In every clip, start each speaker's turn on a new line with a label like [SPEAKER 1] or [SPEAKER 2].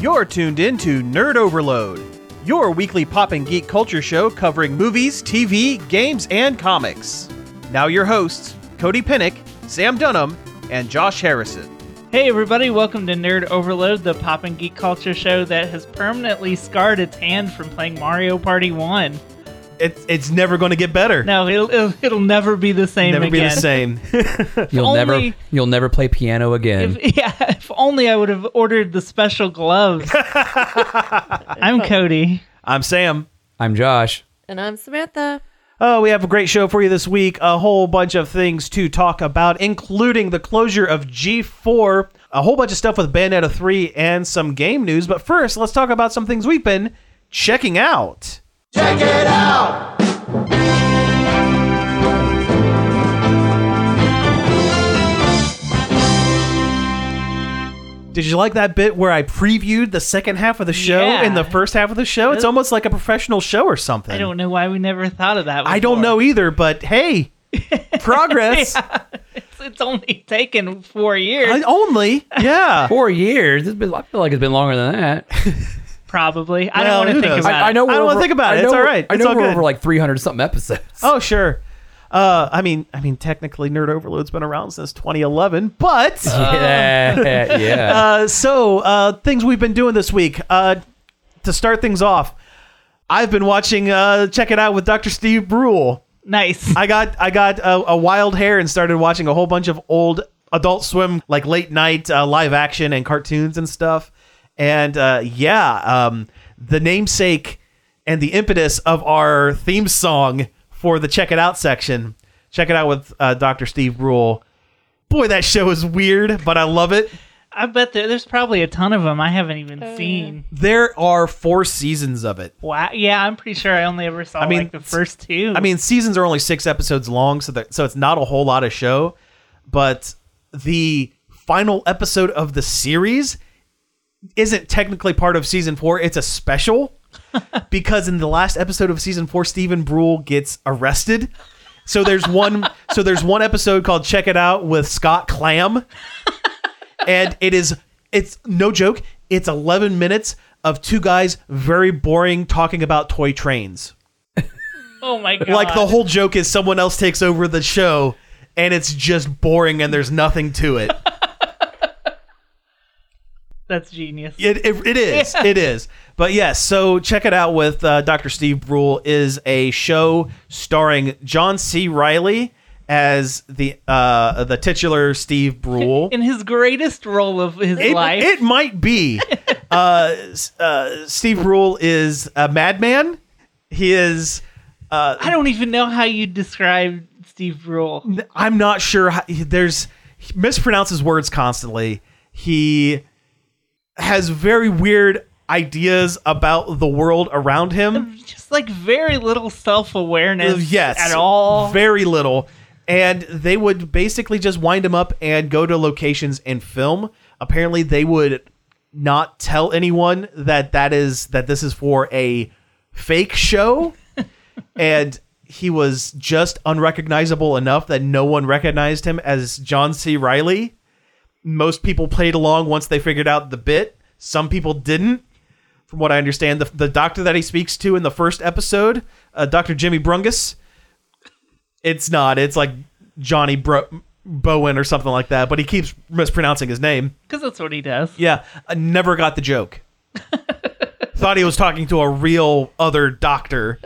[SPEAKER 1] You're tuned in to Nerd Overload, your weekly pop and geek culture show covering movies, TV, games, and comics. Now, your hosts, Cody Pinnick, Sam Dunham, and Josh Harrison.
[SPEAKER 2] Hey everybody, welcome to Nerd Overload, the pop and geek culture show that has permanently scarred its hand from playing Mario Party 1.
[SPEAKER 1] It's, it's never going to get better.
[SPEAKER 2] No, it'll, it'll, it'll never be the same
[SPEAKER 1] never be
[SPEAKER 2] again.
[SPEAKER 1] the same.
[SPEAKER 3] You'll
[SPEAKER 2] only-
[SPEAKER 3] never you'll never play piano again.
[SPEAKER 2] If, yeah, if only I would have ordered the special gloves. I'm Cody.
[SPEAKER 1] I'm Sam.
[SPEAKER 3] I'm Josh.
[SPEAKER 4] And I'm Samantha.
[SPEAKER 1] Oh, we have a great show for you this week. A whole bunch of things to talk about, including the closure of G4, a whole bunch of stuff with Bayonetta 3, and some game news. But first, let's talk about some things we've been checking out. Check it out! Did you like that bit where I previewed the second half of the show
[SPEAKER 2] Yeah.
[SPEAKER 1] and the first half of the show? It's almost like a professional show or something.
[SPEAKER 2] I don't know why we never thought of that. Before.
[SPEAKER 1] I don't know either, but hey, progress
[SPEAKER 2] It's, it's only taken four years,
[SPEAKER 1] I- only. Yeah.
[SPEAKER 3] Four years. It's been, I feel like it's been longer than that.
[SPEAKER 2] probably. I
[SPEAKER 1] Well,
[SPEAKER 2] don't want
[SPEAKER 1] who
[SPEAKER 2] to think
[SPEAKER 1] knows?
[SPEAKER 2] about
[SPEAKER 3] I, I know.
[SPEAKER 2] it.
[SPEAKER 3] We're
[SPEAKER 1] I don't wanna
[SPEAKER 3] over-
[SPEAKER 1] think about it.
[SPEAKER 3] I know
[SPEAKER 1] It's all
[SPEAKER 3] we're-
[SPEAKER 1] right.
[SPEAKER 3] I
[SPEAKER 1] It's
[SPEAKER 3] know
[SPEAKER 1] all
[SPEAKER 3] we're
[SPEAKER 1] good.
[SPEAKER 3] over like 300 something episodes.
[SPEAKER 1] Oh, sure. Uh, I mean, I mean, technically, Nerd Overload's been around since 2011, but
[SPEAKER 3] Uh-huh. yeah, yeah.
[SPEAKER 1] uh, so uh, things we've been doing this week. Uh, to start things off, I've been watching uh, Check It Out with Dr. Steve Brule.
[SPEAKER 2] Nice.
[SPEAKER 1] I got I got a, a wild hair and started watching a whole bunch of old Adult Swim like late night uh, live action and cartoons and stuff. And uh, yeah, um, the namesake and the impetus of our theme song for the check it out section. Check it out with uh, Dr. Steve Brule. Boy, that show is weird, but I love it.
[SPEAKER 2] I bet there, there's probably a ton of them I haven't even seen.
[SPEAKER 1] There are four seasons of it.
[SPEAKER 2] Wow. Yeah, I'm pretty sure I only ever saw
[SPEAKER 1] mean,
[SPEAKER 2] like the first two.
[SPEAKER 1] I mean, seasons are only six episodes long, so that so it's not a whole lot of show. But the final episode of the series isn't technically part of season four; it's a special because in the last episode of season four, Stephen Brule gets arrested. So there's one. so there's one episode called "Check It Out" with Scott Clam, and it is it's no joke. It's 11 minutes of two guys very boring talking about toy trains
[SPEAKER 2] oh my god.
[SPEAKER 1] like the whole joke is someone else takes over the show and it's just boring and there's nothing to it.
[SPEAKER 2] That's genius.
[SPEAKER 1] It, it, it is. It is. But yes, so check it out with uh, Dr. Steve Brule is a show starring John C. Riley as the uh, the titular Steve Brule.
[SPEAKER 2] in his greatest role of his
[SPEAKER 1] it,
[SPEAKER 2] life.
[SPEAKER 1] it might be. uh, s- uh, Steve Brule is a madman. He is. uh,
[SPEAKER 2] I don't even know how you describe Steve Brule.
[SPEAKER 1] I'm not sure. How, he- there's he mispronounces words constantly. He has very weird ideas about the world around him.
[SPEAKER 2] Just like very little self awareness
[SPEAKER 1] Yes,
[SPEAKER 2] at all.
[SPEAKER 1] Very little. And they would basically just wind him up and go to locations and film. Apparently, they would not tell anyone that that is that this is for a fake show. and he was just unrecognizable enough that no one recognized him as John C. Riley. Most people played along once they figured out the bit. Some people didn't. From what I understand, the, the doctor that he speaks to in the first episode, uh, Dr. Jimmy Brungus, it's not. It's like Johnny Bro- Bowen or something like that, but he keeps mispronouncing his name.
[SPEAKER 2] Because that's what he does.
[SPEAKER 1] Yeah, I never got the joke. Thought he was talking to a real other doctor.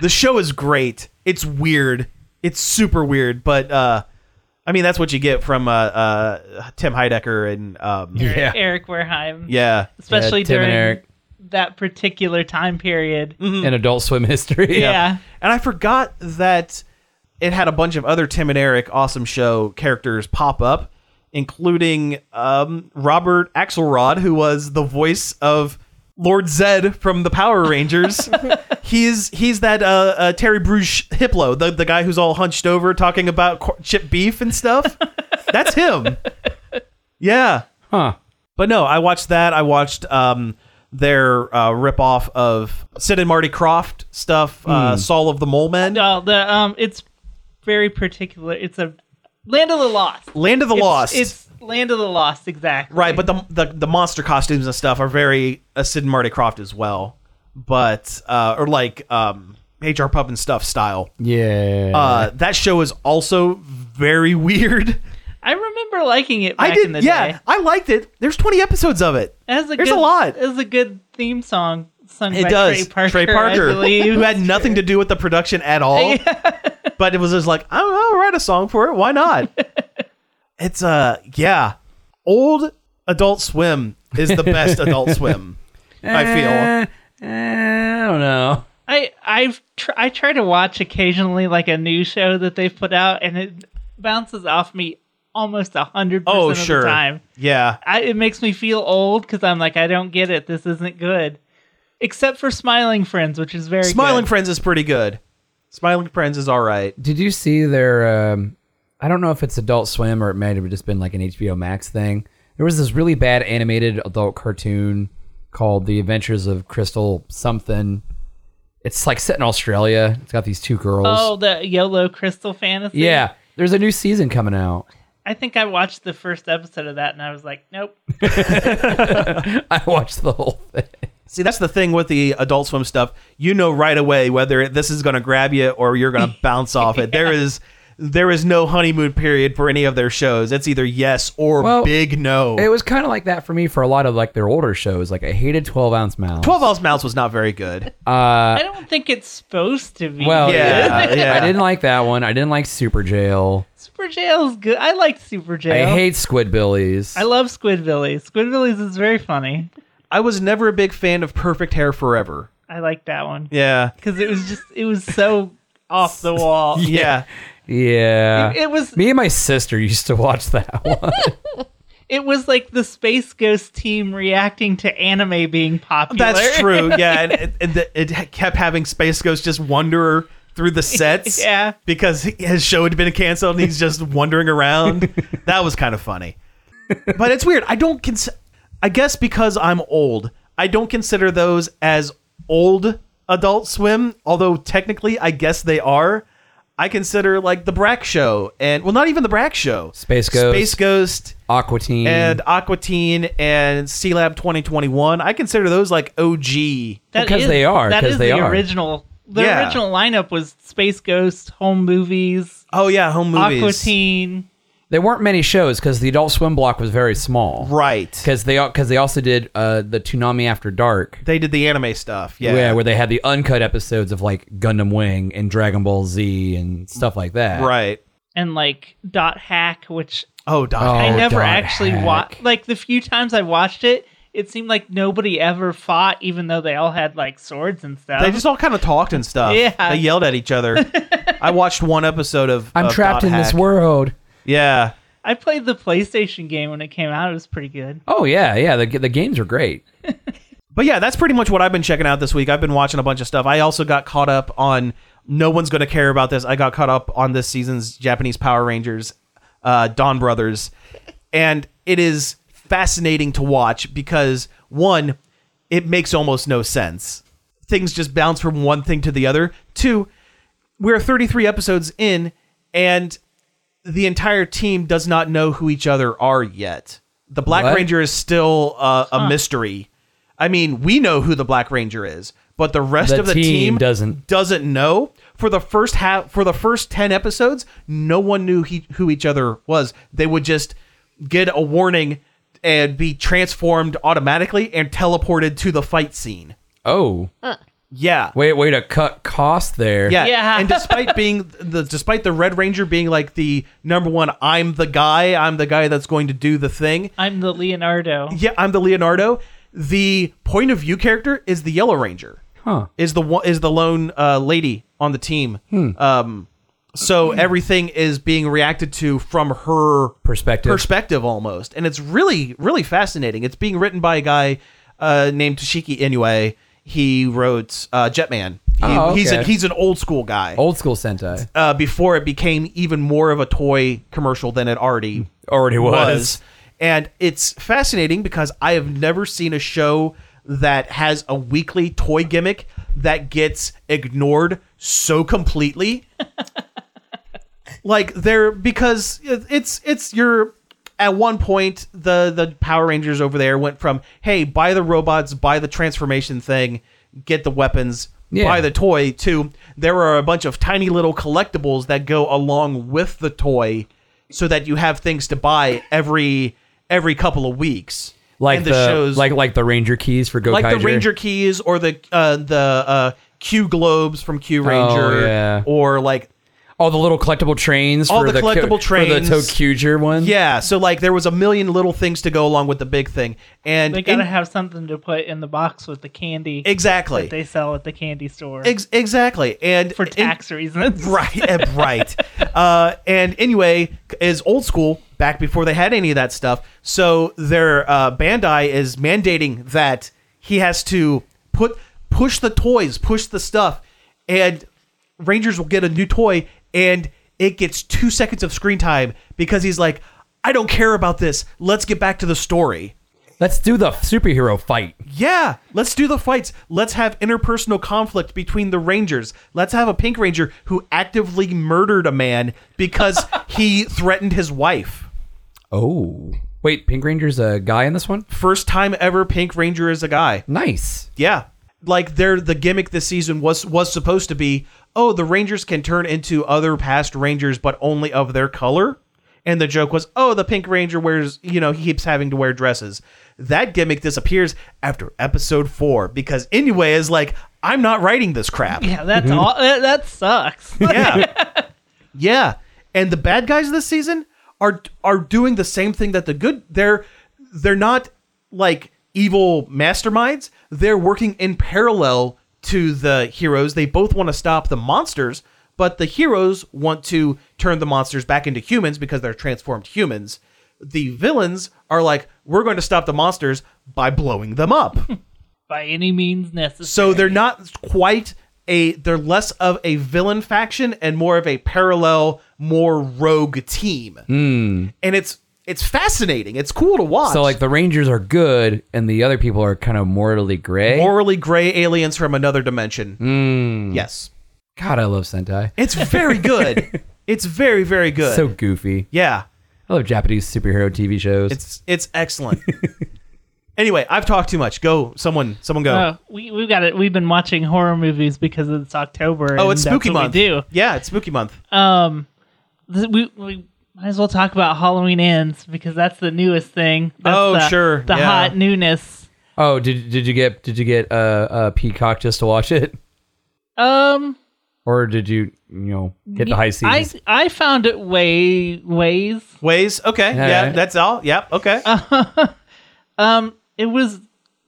[SPEAKER 1] The show is great. It's weird. It's super weird, but uh I mean that's what you get from uh, uh Tim Heidecker and um
[SPEAKER 3] Yeah.
[SPEAKER 2] Eric Wareheim.
[SPEAKER 1] yeah.
[SPEAKER 2] Especially
[SPEAKER 3] Yeah, Tim
[SPEAKER 2] during
[SPEAKER 3] and Eric
[SPEAKER 2] that particular time period.
[SPEAKER 1] Mm-hmm. um,
[SPEAKER 3] in Adult Swim history.
[SPEAKER 2] Yeah.
[SPEAKER 1] And I forgot that it had a bunch of other Tim and Eric awesome show characters pop up, including um, Robert Axelrod, who was the voice of Lord Zed from the Power Rangers. he's he's that uh, uh, Terry Bruce Hiplo, the, the guy who's all hunched over talking about cor- chip beef and stuff. That's him. Yeah.
[SPEAKER 3] Huh.
[SPEAKER 1] But no, I watched that. I watched um, their uh, ripoff of Sid and Marty Croft stuff, uh, Saul of the Mole Men.
[SPEAKER 2] Hmm. No, the um it's very particular it's a Land of the Lost.
[SPEAKER 1] Land of the
[SPEAKER 2] It's-
[SPEAKER 1] Lost.
[SPEAKER 2] It's Land of the Lost, exactly.
[SPEAKER 1] Right, but the, the the monster costumes and stuff are very uh, Sid and Marty Croft as well, but uh, or like um, HR Pup and stuff style.
[SPEAKER 3] Yeah.
[SPEAKER 1] Uh, that show is also very weird.
[SPEAKER 2] I remember liking it back
[SPEAKER 1] I did,
[SPEAKER 2] in the
[SPEAKER 1] yeah,
[SPEAKER 2] day.
[SPEAKER 1] I liked it. There's 20 episodes of it.
[SPEAKER 2] It has a
[SPEAKER 1] There's a
[SPEAKER 2] good,
[SPEAKER 1] lot.
[SPEAKER 2] It has a good theme song sung
[SPEAKER 1] It
[SPEAKER 2] by
[SPEAKER 1] does.
[SPEAKER 2] Trey Parker. I believe.
[SPEAKER 1] who had nothing to do with the production at all, but it was just like, I don't know, I'll write a song for it. Why not? it's uh, yeah, old Adult Swim is the best Adult Swim. I feel.
[SPEAKER 3] Eh, eh, I don't know.
[SPEAKER 2] I I've tr- I try to watch occasionally like a new show that they've put out, and it bounces off me almost a hundred
[SPEAKER 1] Oh,
[SPEAKER 2] percent of
[SPEAKER 1] sure.
[SPEAKER 2] the time.
[SPEAKER 1] Yeah.
[SPEAKER 2] I, it makes me feel old because I'm like I don't get it. This isn't good, except for Smiling Friends, which is very
[SPEAKER 1] Smiling
[SPEAKER 2] good.
[SPEAKER 1] Friends is pretty good. Smiling Friends is all right.
[SPEAKER 3] Did you see their? Um, I don't know if it's Adult Swim or it might have just been like an HBO Max thing. There was this really bad animated adult cartoon called The Adventures of Crystal something. It's like set in Australia. It's got these two girls.
[SPEAKER 2] Oh, the YOLO Crystal Fantasy.
[SPEAKER 3] yeah. There's a new season coming out.
[SPEAKER 2] I think I watched the first episode of that, and I was like, nope.
[SPEAKER 3] I watched the whole thing.
[SPEAKER 1] See, that's the thing with the Adult Swim stuff. You know right away whether this is going to grab you or you're going to bounce off it. There is there is no honeymoon period for any of their shows. It's either yes or
[SPEAKER 3] Well,
[SPEAKER 1] big no.
[SPEAKER 3] It was kind of like that for me for a lot of like their older shows. Like I hated Twelve Ounce Mouse.
[SPEAKER 1] Twelve Ounce Mouse was not very good. Uh,
[SPEAKER 2] I don't think it's supposed to be.
[SPEAKER 3] Well,
[SPEAKER 1] Yeah,
[SPEAKER 3] yeah,
[SPEAKER 1] yeah.
[SPEAKER 3] I didn't like that one. I didn't like Super Jail.
[SPEAKER 2] Super Jail's good. I liked Super Jail.
[SPEAKER 3] I hate Squidbillies.
[SPEAKER 2] I love Squidbillies. Squidbillies is very funny.
[SPEAKER 1] I was never a big fan of Perfect Hair Forever.
[SPEAKER 2] I like that one
[SPEAKER 1] Yeah,
[SPEAKER 2] because it was just it was so off the wall.
[SPEAKER 1] yeah.
[SPEAKER 3] yeah.
[SPEAKER 2] It was
[SPEAKER 3] Me and my sister used to watch that one.
[SPEAKER 2] it was like the Space Ghost team reacting to anime being popular.
[SPEAKER 1] That's true. Yeah, and, and, and the, it kept having Space Ghost just wander through the sets.
[SPEAKER 2] Yeah.
[SPEAKER 1] because his show had been canceled and he's just wandering around. that was kind of funny, but it's weird. I don't consider. I guess because I'm old, I don't consider those as old Adult Swim. Although technically, I guess they are. I consider like the Brack Show and well, not even the Brack Show.
[SPEAKER 3] Space Ghost.
[SPEAKER 1] Space Ghost
[SPEAKER 3] Aqua Teen.
[SPEAKER 1] and Aqua Teen and C Lab 2021. I consider those like OG.
[SPEAKER 2] That
[SPEAKER 3] Because
[SPEAKER 2] is-
[SPEAKER 3] they are,
[SPEAKER 2] That
[SPEAKER 3] 'cause
[SPEAKER 2] is
[SPEAKER 3] they
[SPEAKER 2] the
[SPEAKER 3] are.
[SPEAKER 2] original. The
[SPEAKER 1] Yeah.
[SPEAKER 2] original lineup was Space Ghost, Home Movies,
[SPEAKER 1] Oh yeah, home movies.
[SPEAKER 2] Aqua Teen.
[SPEAKER 3] there weren't many shows because the Adult Swim block was very small.
[SPEAKER 1] Right.
[SPEAKER 3] Because they because they also did uh, the Toonami After Dark.
[SPEAKER 1] They did the anime stuff. Yeah.
[SPEAKER 3] Yeah, where they had the uncut episodes of like Gundam Wing and Dragon Ball Z and stuff like that.
[SPEAKER 1] right.
[SPEAKER 2] And like Dot Hack, which
[SPEAKER 1] Oh, Doc.
[SPEAKER 2] I
[SPEAKER 3] Oh,
[SPEAKER 2] never
[SPEAKER 3] Dot
[SPEAKER 2] actually
[SPEAKER 3] Hack.
[SPEAKER 2] watched. Like the few times I watched it, it seemed like nobody ever fought, even though they all had like swords and stuff.
[SPEAKER 1] They just all kind of talked and stuff.
[SPEAKER 2] Yeah.
[SPEAKER 1] They yelled at each other. I watched one episode of.
[SPEAKER 3] I'm
[SPEAKER 1] of
[SPEAKER 3] trapped
[SPEAKER 1] Dot
[SPEAKER 3] in this
[SPEAKER 1] Hack.
[SPEAKER 3] world.
[SPEAKER 1] Yeah.
[SPEAKER 2] I played the PlayStation game when it came out. It was pretty good.
[SPEAKER 3] Oh yeah, yeah. The the games were great.
[SPEAKER 1] But yeah, that's pretty much what I've been checking out this week. I've been watching a bunch of stuff. I also got caught up on. No one's going to care about this. I got caught up on this season's Japanese Power Rangers, uh, Dawn Brothers, and it is fascinating to watch because one, it makes almost no sense. Things just bounce from one thing to the other. Two, we're 33 episodes in, and the entire team does not know who each other are yet. The Black
[SPEAKER 3] What?
[SPEAKER 1] Ranger is still uh, a mystery. I mean, we know who the Black Ranger is, but the rest
[SPEAKER 3] The
[SPEAKER 1] of the
[SPEAKER 3] team
[SPEAKER 1] team,
[SPEAKER 3] doesn't.
[SPEAKER 1] doesn't know. For the first half, for the first ten episodes, no one knew he, who each other was. They would just get a warning and be transformed automatically and teleported to the fight scene.
[SPEAKER 3] Oh
[SPEAKER 1] Yeah.
[SPEAKER 3] wait, wait to cut cost there.
[SPEAKER 1] Yeah.
[SPEAKER 2] Yeah.
[SPEAKER 1] And despite being the despite the Red Ranger being like the number one, I'm the guy, I'm the guy that's going to do the thing.
[SPEAKER 2] I'm the Leonardo.
[SPEAKER 1] Yeah, I'm the Leonardo. The point of view character is the Yellow Ranger.
[SPEAKER 3] Huh.
[SPEAKER 1] Is the one is the lone uh, lady on the team.
[SPEAKER 3] Hmm.
[SPEAKER 1] Um so everything is being reacted to from her
[SPEAKER 3] Perspective.
[SPEAKER 1] perspective almost. And it's really, really fascinating. It's being written by a guy uh, named Toshiki Inoue. He wrote uh, Jetman. He,
[SPEAKER 3] Oh,
[SPEAKER 1] He's
[SPEAKER 3] okay.
[SPEAKER 1] an, he's an old school guy
[SPEAKER 3] Old school Sentai
[SPEAKER 1] uh, before it became even more of a toy commercial than it already
[SPEAKER 3] already was.
[SPEAKER 1] was. And it's fascinating because I have never seen a show that has a weekly toy gimmick that gets ignored so completely. like they're because it- it's it's your At one point, the the Power Rangers over there went from hey, buy the robots, buy the transformation thing, get the weapons,
[SPEAKER 3] Yeah.
[SPEAKER 1] buy the toy to there are a bunch of tiny little collectibles that go along with the toy, so that you have things to buy every every couple of weeks.
[SPEAKER 3] Like
[SPEAKER 1] And
[SPEAKER 3] the, like like the Ranger keys for Go
[SPEAKER 1] like the Ranger keys or the uh, the uh, Q globes from Q Ranger,
[SPEAKER 3] Oh, yeah.
[SPEAKER 1] or like
[SPEAKER 3] all the little collectible trains.
[SPEAKER 1] All
[SPEAKER 3] for
[SPEAKER 1] the
[SPEAKER 3] Ky-
[SPEAKER 1] collectible trains.
[SPEAKER 3] for the Tokuger one.
[SPEAKER 1] yeah. So like there was a million little things to go along with the big thing, and
[SPEAKER 2] They gotta
[SPEAKER 1] in-
[SPEAKER 2] have something to put in the box with the candy
[SPEAKER 1] exactly,
[SPEAKER 2] that they sell at the candy store
[SPEAKER 1] Ex- exactly, and
[SPEAKER 2] for
[SPEAKER 1] in-
[SPEAKER 2] tax reasons.
[SPEAKER 1] right, eh, right. Uh, and anyway, is old school back before they had any of that stuff. So their uh, Bandai is mandating that he has to put push the toys, push the stuff, and Rangers will get a new toy, and it gets two seconds of screen time because he's like, I don't care about this. Let's get back to the story.
[SPEAKER 3] Let's do the superhero fight.
[SPEAKER 1] Yeah, let's do the fights. Let's have interpersonal conflict between the Rangers. Let's have a Pink Ranger who actively murdered a man because he threatened his wife.
[SPEAKER 3] Oh. Wait, Pink Ranger's a guy in this one?
[SPEAKER 1] First time ever Pink Ranger is a guy.
[SPEAKER 3] Nice.
[SPEAKER 1] Yeah. Like they're the gimmick this season was was supposed to be, oh, the Rangers can turn into other past Rangers but only of their color. And the joke was, oh, the Pink Ranger wears, you know, he keeps having to wear dresses. That gimmick disappears after episode 4 because anyway is like, I'm not writing this crap.
[SPEAKER 2] Yeah, that's all. That, that sucks.
[SPEAKER 1] Mm-hmm. Yeah. yeah. And the bad guys this season are are doing the same thing that the good they're they're not like evil masterminds. They're working in parallel to the heroes. They both want to stop the monsters, but the heroes want to turn the monsters back into humans because they're transformed humans. The villains are like, we're going to stop the monsters by blowing them up.
[SPEAKER 2] By any means necessary.
[SPEAKER 1] So they're not quite a they're less of a villain faction and more of a parallel, more rogue team. And it's it's fascinating. It's cool to watch.
[SPEAKER 3] Hmm. So like the Rangers are good and the other people are kind of mortally gray.
[SPEAKER 1] morally gray aliens from another dimension.
[SPEAKER 3] Hmm.
[SPEAKER 1] Yes.
[SPEAKER 3] God, I love Sentai.
[SPEAKER 1] It's very good. it's very very good.
[SPEAKER 3] So goofy.
[SPEAKER 1] yeah.
[SPEAKER 3] I love Japanese superhero TV shows.
[SPEAKER 1] It's it's excellent. anyway, I've talked too much. Go someone someone go.
[SPEAKER 2] Oh, we we've got it. We've been watching horror movies because it's October.
[SPEAKER 1] oh,
[SPEAKER 2] and
[SPEAKER 1] it's
[SPEAKER 2] that's
[SPEAKER 1] spooky
[SPEAKER 2] what
[SPEAKER 1] month.
[SPEAKER 2] We do
[SPEAKER 1] Yeah, it's spooky month.
[SPEAKER 2] um, th- we we might as well talk about Halloween ends because that's the newest thing. That's
[SPEAKER 1] Oh,
[SPEAKER 2] the-
[SPEAKER 1] sure,
[SPEAKER 2] the
[SPEAKER 1] yeah.
[SPEAKER 2] hot newness.
[SPEAKER 3] oh, did did you get did you get uh, uh Peacock just to watch it?
[SPEAKER 2] Um,
[SPEAKER 3] Or did you you know get the high
[SPEAKER 2] I
[SPEAKER 3] seas?
[SPEAKER 2] I found it way ways.
[SPEAKER 1] Ways. Okay.
[SPEAKER 3] Yeah,
[SPEAKER 1] yeah,
[SPEAKER 3] right.
[SPEAKER 1] that's all. Yep. Okay.
[SPEAKER 2] Ah, Um, it was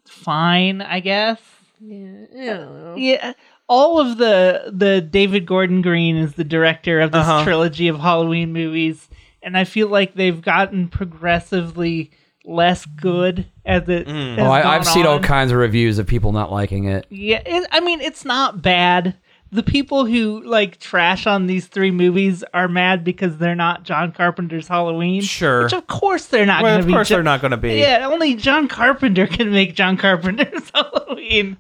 [SPEAKER 2] fine, I guess. Yeah. Yeah. All of the the David Gordon Green is the director of this
[SPEAKER 1] Uh-huh.
[SPEAKER 2] trilogy of Halloween movies, and I feel like they've gotten progressively less good as it.
[SPEAKER 1] Mm.
[SPEAKER 2] has
[SPEAKER 3] oh, I,
[SPEAKER 2] gone
[SPEAKER 3] I've seen all
[SPEAKER 2] on.
[SPEAKER 3] kinds of reviews of people not liking it.
[SPEAKER 2] Yeah, it, I mean, it's not bad. The people who like trash on these three movies are mad because they're not John Carpenter's Halloween.
[SPEAKER 1] Sure.
[SPEAKER 2] which of course they're not.
[SPEAKER 1] well,
[SPEAKER 2] gonna
[SPEAKER 1] of
[SPEAKER 2] be
[SPEAKER 1] course
[SPEAKER 2] Jo-
[SPEAKER 1] they're not going to be.
[SPEAKER 2] Yeah, only John Carpenter can make John Carpenter's Halloween.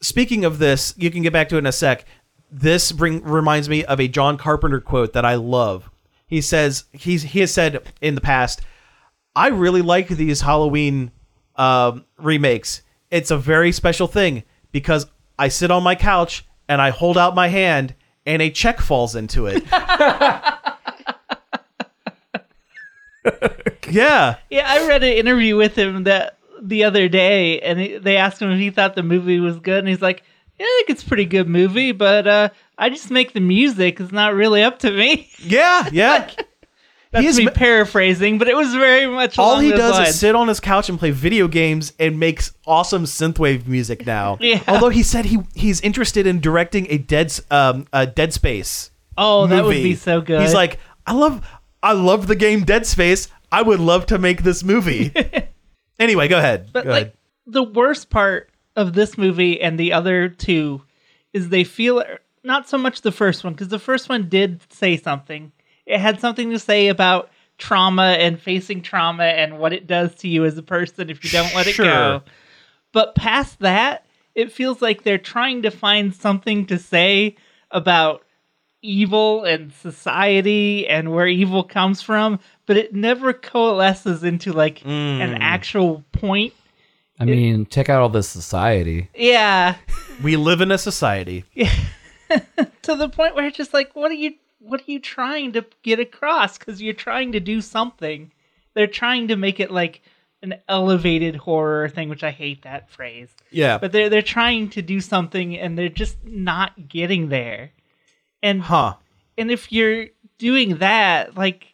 [SPEAKER 1] speaking of this, you can get back to it in a sec. This bring reminds me of a John Carpenter quote that I love. He says he's he has said in the past, I really like these Halloween um, remakes. It's a very special thing because I sit on my couch and I hold out my hand and a check falls into it. yeah.
[SPEAKER 2] Yeah, I read an interview with him that the other day, and he- they asked him if he thought the movie was good, and he's like, "Yeah, I think it's a pretty good movie, but uh, I just make the music. It's not really up to me."
[SPEAKER 1] Yeah. Yeah.
[SPEAKER 2] That's
[SPEAKER 1] He is
[SPEAKER 2] me
[SPEAKER 1] ma-
[SPEAKER 2] paraphrasing, but it was very much
[SPEAKER 1] All
[SPEAKER 2] along
[SPEAKER 1] he
[SPEAKER 2] those
[SPEAKER 1] does
[SPEAKER 2] lines.
[SPEAKER 1] is sit on his couch and play video games and makes awesome synthwave music now.
[SPEAKER 2] Yeah.
[SPEAKER 1] Although he said he he's interested in directing a dead S- um a Dead Space.
[SPEAKER 2] Oh, that would
[SPEAKER 1] movie.
[SPEAKER 2] be so good.
[SPEAKER 1] He's like, I love I love the game Dead Space. I would love to make this movie. anyway, go ahead.
[SPEAKER 2] but
[SPEAKER 1] go
[SPEAKER 2] like
[SPEAKER 1] ahead.
[SPEAKER 2] the worst part of this movie and the other two is they feel not so much the first one because the first one did say something. It had something to say about trauma and facing trauma and what it does to you as a person if you don't let
[SPEAKER 1] Sure.
[SPEAKER 2] it go. But past that, it feels like they're trying to find something to say about evil and society and where evil comes from, but it never coalesces into like
[SPEAKER 1] Mm.
[SPEAKER 2] an actual point.
[SPEAKER 3] I mean, check out all this society.
[SPEAKER 2] Yeah,
[SPEAKER 1] We live in a society.
[SPEAKER 2] to the point where it's just like, what are you, what are you trying to get across? Because you're trying to do something. They're trying to make it like an elevated horror thing, which I hate that phrase.
[SPEAKER 1] Yeah.
[SPEAKER 2] But they're they're trying to do something, and they're just not getting there. And
[SPEAKER 1] huh.
[SPEAKER 2] and if you're doing that, like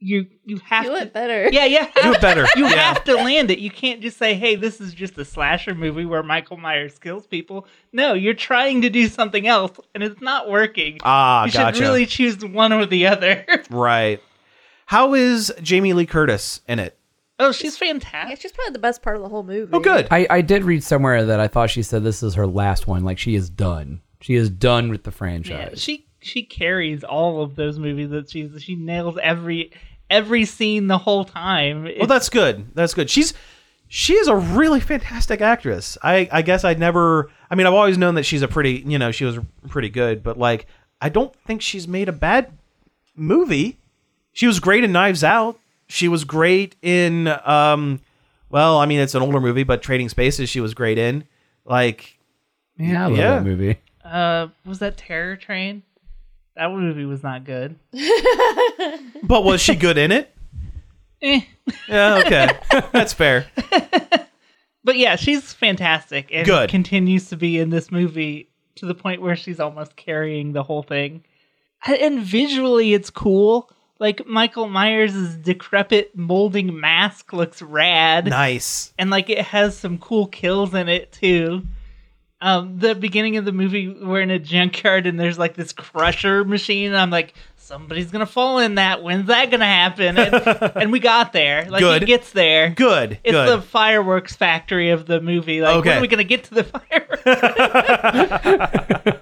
[SPEAKER 2] you you have
[SPEAKER 4] Do
[SPEAKER 2] to
[SPEAKER 4] it better.
[SPEAKER 2] Yeah, yeah.
[SPEAKER 1] Do it better.
[SPEAKER 2] You
[SPEAKER 1] yeah.
[SPEAKER 2] have to land it. You can't just say, "Hey, this is just a slasher movie where Michael Myers kills people." No, you're trying to do something else, and it's not working.
[SPEAKER 1] Ah,
[SPEAKER 2] you
[SPEAKER 1] gotcha.
[SPEAKER 2] should really choose one or the other.
[SPEAKER 1] Right. How is Jamie Lee Curtis in it?
[SPEAKER 2] oh, she's
[SPEAKER 4] Yeah,
[SPEAKER 2] fantastic.
[SPEAKER 4] she's probably the best part of the whole movie.
[SPEAKER 1] Oh, good.
[SPEAKER 3] I, I did read somewhere that I thought she said this is her last one. Like she is done. She is done with the franchise.
[SPEAKER 2] she she carries all of those movies that she's she nails every every scene the whole time.
[SPEAKER 1] Well,
[SPEAKER 2] It's-
[SPEAKER 1] that's good. That's good. She's she is a really fantastic actress. I I guess I'd never. I mean, I've always known that she's a pretty. You know, she was pretty good, but like, I don't think she's made a bad movie. She was great in Knives Out. She was great in. um Well, I mean, it's an older movie, but Trading Spaces, she was great in. Like,
[SPEAKER 3] yeah, I love
[SPEAKER 1] Yeah.
[SPEAKER 3] that movie.
[SPEAKER 2] uh, was that Terror Train? That movie was not good.
[SPEAKER 1] but was she good in it?
[SPEAKER 2] Eh.
[SPEAKER 1] Yeah, okay, that's fair.
[SPEAKER 2] But yeah, she's fantastic and
[SPEAKER 1] Good.
[SPEAKER 2] continues to be in this movie to the point where she's almost carrying the whole thing. And visually, it's cool. Like Michael Myers' decrepit molding mask looks rad,
[SPEAKER 1] Nice.
[SPEAKER 2] and like it has some cool kills in it too. Um, the beginning of the movie, we're in a junkyard and there's like this crusher machine. And I'm like, somebody's gonna fall in that. When's that gonna happen? And, and we got there. Like
[SPEAKER 1] Good.
[SPEAKER 2] it gets there.
[SPEAKER 1] Good.
[SPEAKER 2] It's
[SPEAKER 1] good.
[SPEAKER 2] the fireworks factory of the movie. Like,
[SPEAKER 1] Okay.
[SPEAKER 2] when are we gonna get to the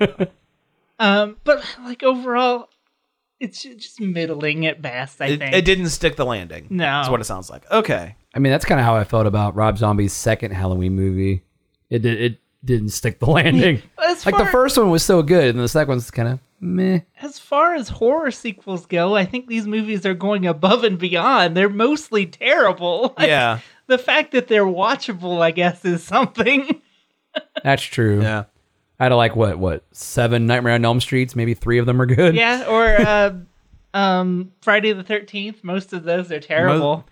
[SPEAKER 2] fireworks? um, but like overall, it's ju- just middling at best. I
[SPEAKER 1] it,
[SPEAKER 2] think
[SPEAKER 1] it didn't stick the landing.
[SPEAKER 2] No.
[SPEAKER 1] That's what it sounds like. Okay.
[SPEAKER 3] I mean, that's kind of how I felt about Rob Zombie's second Halloween movie. It did, it didn't stick the landing.
[SPEAKER 2] As
[SPEAKER 3] like the
[SPEAKER 2] far-
[SPEAKER 3] first one was so good, and the second one's kind of meh.
[SPEAKER 2] As far as horror sequels go, I think these movies are going above and beyond. They're mostly terrible. Like,
[SPEAKER 1] Yeah.
[SPEAKER 2] The fact that they're watchable, I guess, is something.
[SPEAKER 3] That's true.
[SPEAKER 1] Yeah.
[SPEAKER 3] Out of like what what seven Nightmare on Elm Streets, maybe three of them are good.
[SPEAKER 2] yeah. Or uh, um, Friday the Thirteenth. Most of those are terrible.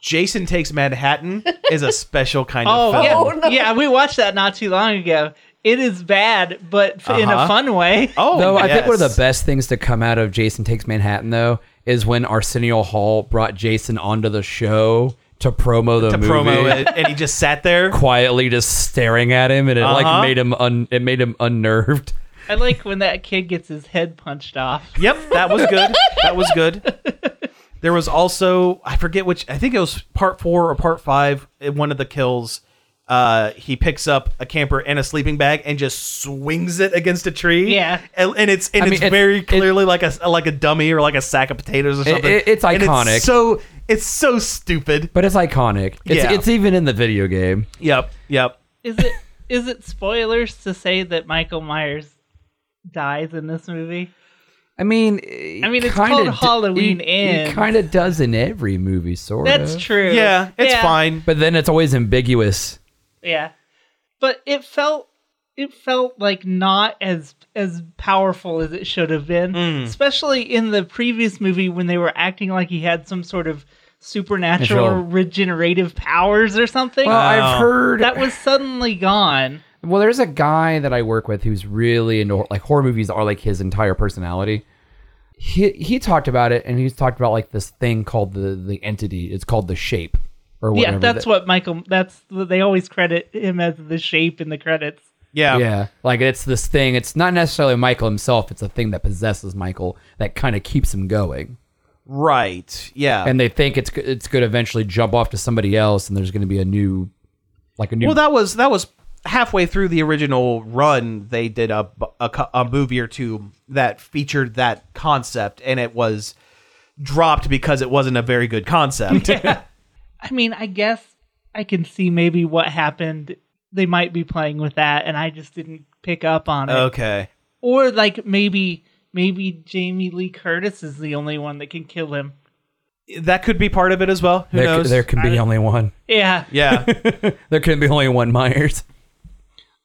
[SPEAKER 1] Jason Takes Manhattan is a special kind of
[SPEAKER 2] Oh
[SPEAKER 1] film.
[SPEAKER 2] yeah,
[SPEAKER 4] Oh, no.
[SPEAKER 2] yeah. We watched that not too long ago. It is bad, but f- in a
[SPEAKER 1] Uh-huh.
[SPEAKER 2] fun way.
[SPEAKER 1] Oh,
[SPEAKER 3] Though I think
[SPEAKER 1] yes.
[SPEAKER 3] one of the best things to come out of Jason Takes Manhattan though is when Arsenio Hall brought Jason onto the show to promo the
[SPEAKER 1] to
[SPEAKER 3] movie.
[SPEAKER 1] promo it, and he just sat there.
[SPEAKER 3] quietly just staring at him and it
[SPEAKER 1] Uh-huh.
[SPEAKER 3] like made him un- it made him unnerved.
[SPEAKER 2] I like when that kid gets his head punched off.
[SPEAKER 1] Yep, that was good. That was good. There was also I forget which I think it was part four or part five. In one of the kills, uh, he picks up a camper and a sleeping bag and just swings it against a tree.
[SPEAKER 2] Yeah.
[SPEAKER 1] and, and it's and
[SPEAKER 3] I mean,
[SPEAKER 1] it's
[SPEAKER 3] it-
[SPEAKER 1] very
[SPEAKER 3] it-
[SPEAKER 1] clearly like a like a dummy or like a sack of potatoes or something.
[SPEAKER 3] it- it's
[SPEAKER 1] And
[SPEAKER 3] iconic.
[SPEAKER 1] so it's so stupid.
[SPEAKER 3] But it's iconic. It's
[SPEAKER 1] Yeah.
[SPEAKER 3] it's even in the video game.
[SPEAKER 1] Yep, yep.
[SPEAKER 2] Is it? is it spoilers to say that Michael Myers dies in this movie?
[SPEAKER 3] I mean, I
[SPEAKER 2] mean, it's called Halloween Ends.
[SPEAKER 3] kind of does in every movie, sort of.
[SPEAKER 2] That's true.
[SPEAKER 1] Yeah, it's fine.
[SPEAKER 3] But then it's always ambiguous.
[SPEAKER 2] Yeah, but it felt it felt like not as as powerful as it should have been,
[SPEAKER 1] Mm.
[SPEAKER 2] especially in the previous movie when they were acting like he had some sort of supernatural
[SPEAKER 3] Natural.
[SPEAKER 2] regenerative powers or something.
[SPEAKER 3] Well, I've heard.
[SPEAKER 2] Oh. that was suddenly gone.
[SPEAKER 3] well, there's a guy that I work with who's really into like horror movies are like his entire personality. He he talked about it, and he's talked about like this thing called the the entity. It's called the shape, or whatever.
[SPEAKER 2] yeah, that's
[SPEAKER 3] that-
[SPEAKER 2] what Michael. That's they always credit him as the shape in the credits.
[SPEAKER 1] Yeah.
[SPEAKER 3] Yeah. Like it's this thing. It's not necessarily Michael himself. It's a thing that possesses Michael that kind of keeps him going.
[SPEAKER 1] Right. Yeah.
[SPEAKER 3] And they think it's it's going to eventually jump off to somebody else, and there's going to be a new, like a new.
[SPEAKER 1] well, that was that was halfway through the original run. They did a bu- a, co- a movie or two that featured that concept, and it was dropped because it wasn't a very good concept.
[SPEAKER 2] I mean, I guess I can see maybe what happened. They might be playing with that, and I just didn't pick up on it.
[SPEAKER 1] okay.
[SPEAKER 2] or like maybe maybe Jamie Lee Curtis is the only one that can kill him.
[SPEAKER 1] That could be part of it as well. Who
[SPEAKER 3] There, c-
[SPEAKER 1] knows?
[SPEAKER 3] there can be only one.
[SPEAKER 2] Yeah.
[SPEAKER 1] yeah,
[SPEAKER 3] There can be only one Myers.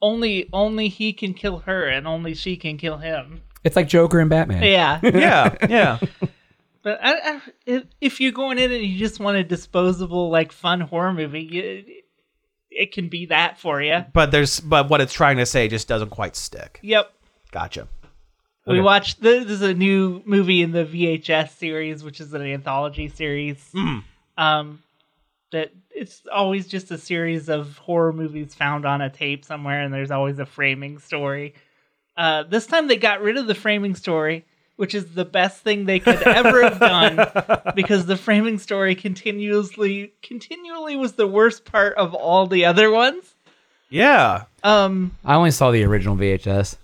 [SPEAKER 2] Only only he can kill her and only she can kill him.
[SPEAKER 3] It's like Joker and Batman.
[SPEAKER 2] Yeah.
[SPEAKER 1] yeah, yeah.
[SPEAKER 2] but I, I, if- if you're going in and you just want a disposable like fun horror movie, you, it can be that for you.
[SPEAKER 1] But there's but what it's trying to say just doesn't quite stick.
[SPEAKER 2] Yep.
[SPEAKER 1] Gotcha.
[SPEAKER 2] We watched this is a new movie in the VHS series, which is an anthology series. Um, that it's always just a series of horror movies found on a tape somewhere, and there's always a framing story. Uh, this time they got rid of the framing story, which is the best thing they could ever have done, because the framing story continuously, continually was the worst part of all the other ones.
[SPEAKER 1] Yeah.
[SPEAKER 2] Um,
[SPEAKER 3] I only saw the original VHS.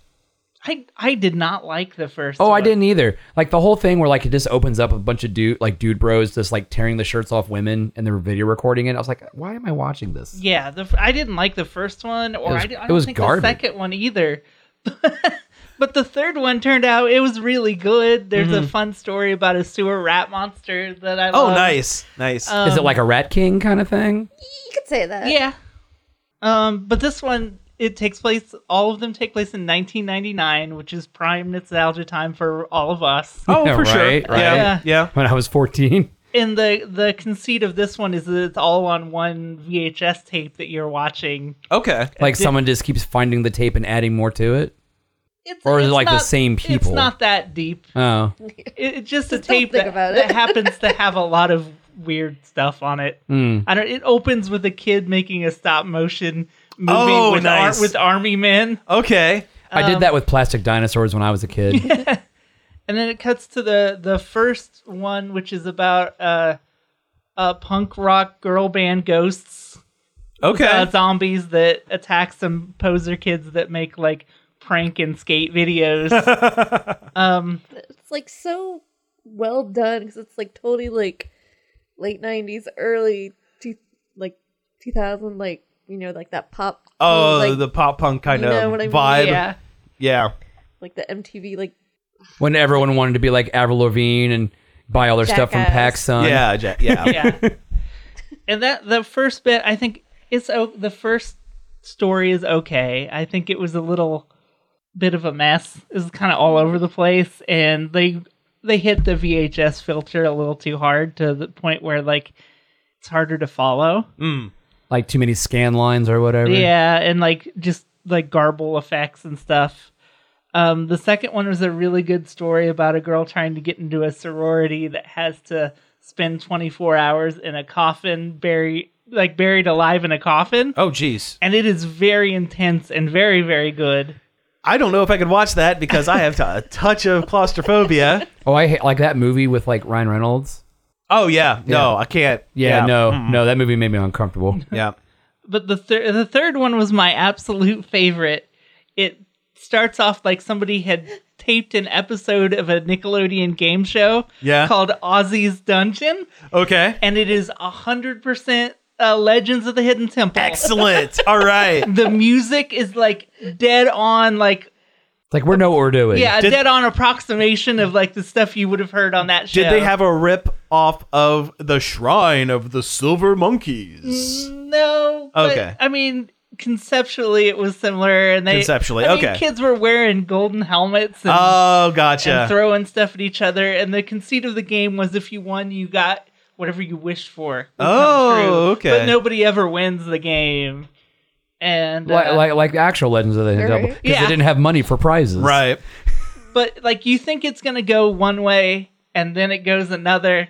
[SPEAKER 2] I I did not like the first.
[SPEAKER 3] Oh, I
[SPEAKER 2] one.
[SPEAKER 3] didn't either. Like the whole thing where like it just opens up a bunch of dude like dude bros just like tearing the shirts off women and they're video recording it. I was like, why am I watching this?
[SPEAKER 2] Yeah, the, f- I didn't like the first one, or
[SPEAKER 3] It was-
[SPEAKER 2] I, di- I
[SPEAKER 3] it
[SPEAKER 2] don't
[SPEAKER 3] was
[SPEAKER 2] think
[SPEAKER 3] garbage.
[SPEAKER 2] the second one either. but the third one turned out it was really good. There's
[SPEAKER 3] Mm-hmm.
[SPEAKER 2] a fun story about a sewer rat monster that I
[SPEAKER 1] Oh,
[SPEAKER 2] love.
[SPEAKER 1] nice, nice.
[SPEAKER 3] Is it like a Rat King kind of thing?
[SPEAKER 4] You could say that.
[SPEAKER 2] Yeah. Um, but this one it takes place. All of them take place in 1999, which is prime nostalgia time for all of us.
[SPEAKER 1] oh,
[SPEAKER 3] yeah,
[SPEAKER 1] for sure.
[SPEAKER 3] right, right.
[SPEAKER 1] Yeah, yeah.
[SPEAKER 3] When I was fourteen.
[SPEAKER 2] and the the conceit of this one is that it's all on one VHS tape that you're watching.
[SPEAKER 1] Okay.
[SPEAKER 3] Like someone just keeps finding the tape and adding more to it.
[SPEAKER 2] It's,
[SPEAKER 3] Or is it
[SPEAKER 2] it's
[SPEAKER 3] like the
[SPEAKER 2] not-
[SPEAKER 3] same
[SPEAKER 2] It's
[SPEAKER 3] people?
[SPEAKER 2] not that deep.
[SPEAKER 3] Oh.
[SPEAKER 2] It, it's just a
[SPEAKER 4] Just don't
[SPEAKER 2] tape
[SPEAKER 4] think
[SPEAKER 2] that,
[SPEAKER 4] about
[SPEAKER 2] that
[SPEAKER 4] it.
[SPEAKER 2] happens to have a lot of weird stuff on it.
[SPEAKER 1] Hmm.
[SPEAKER 2] I don't. It opens with a kid making a stop motion movie
[SPEAKER 1] Oh,
[SPEAKER 2] with ar-
[SPEAKER 1] nice.
[SPEAKER 2] with army men,
[SPEAKER 1] Okay.
[SPEAKER 3] I
[SPEAKER 2] Um,
[SPEAKER 3] did that with plastic dinosaurs when I was a kid.
[SPEAKER 2] and then it cuts to the the first one, which is about uh, a punk rock girl band ghosts
[SPEAKER 1] Okay.
[SPEAKER 2] uh, zombies that attack some poser kids that make like prank and skate videos.
[SPEAKER 4] It's like so well done because it's like totally like late '90s, early two, like 2000, like you know, like that pop.
[SPEAKER 1] oh,
[SPEAKER 4] like,
[SPEAKER 1] the pop punk kind
[SPEAKER 4] you know
[SPEAKER 1] of
[SPEAKER 4] what I mean?
[SPEAKER 1] vibe.
[SPEAKER 2] yeah.
[SPEAKER 1] Yeah.
[SPEAKER 4] like the MTV, like
[SPEAKER 3] when everyone wanted to be like Avril Lavigne and buy all their stuff from
[SPEAKER 4] Jackass.
[SPEAKER 3] PacSun.
[SPEAKER 1] Yeah. Ja- Yeah.
[SPEAKER 2] yeah. And that the first bit, I think it's o- the first story is okay. I think it was a little bit of a mess. It was kind of all over the place, and they they hit the VHS filter a little too hard to the point where like it's harder to follow.
[SPEAKER 3] Like too many scan lines or whatever.
[SPEAKER 2] Yeah, and like just like garble effects and stuff. Um, the second one was a really good story about a girl trying to get into a sorority that has to spend 24 hours in a coffin, buried like buried alive in a coffin,
[SPEAKER 1] Oh, jeez.
[SPEAKER 2] and it is very intense and very very good.
[SPEAKER 1] I don't know if I could watch that because I have t- a touch of claustrophobia.
[SPEAKER 3] Oh, I hate like that movie with like Ryan Reynolds.
[SPEAKER 1] Oh yeah. No, I can't.
[SPEAKER 3] Yeah, no,
[SPEAKER 1] Mm-hmm.
[SPEAKER 3] no, that movie made me uncomfortable.
[SPEAKER 1] Yeah.
[SPEAKER 2] But the thir- the third one was my absolute favorite. It starts off like somebody had taped an episode of a Nickelodeon game show
[SPEAKER 1] Yeah.
[SPEAKER 2] called Ozzy's Dungeon.
[SPEAKER 1] Okay.
[SPEAKER 2] and it is a hundred percent uh, Legends of the Hidden Temple.
[SPEAKER 1] Excellent. All right.
[SPEAKER 2] The music is like dead on, like
[SPEAKER 3] It's like we're no we're doing.
[SPEAKER 2] yeah, a
[SPEAKER 1] Did-
[SPEAKER 2] dead on approximation of like the stuff you would have heard on that show.
[SPEAKER 1] Did they have a rip off of the Shrine of the Silver Monkeys?
[SPEAKER 4] Mm.
[SPEAKER 2] no? but,
[SPEAKER 1] Okay.
[SPEAKER 2] I mean. Conceptually, it was similar, and they
[SPEAKER 1] Conceptually,
[SPEAKER 2] I mean,
[SPEAKER 1] okay.
[SPEAKER 2] Kids were wearing golden helmets and,
[SPEAKER 1] Oh,
[SPEAKER 2] and
[SPEAKER 1] gotcha.
[SPEAKER 2] throwing stuff at each other, and the conceit of the game was if you won, you got whatever you wished for. would come
[SPEAKER 1] Oh,
[SPEAKER 2] true.
[SPEAKER 1] okay.
[SPEAKER 2] But nobody ever wins the game, and
[SPEAKER 3] like,
[SPEAKER 2] uh,
[SPEAKER 3] like like the actual Legends of the Hidden
[SPEAKER 4] Right.
[SPEAKER 3] Temple because
[SPEAKER 2] Yeah.
[SPEAKER 3] they didn't have money for prizes.
[SPEAKER 1] right.
[SPEAKER 2] but like you think it's gonna go one way and then it goes another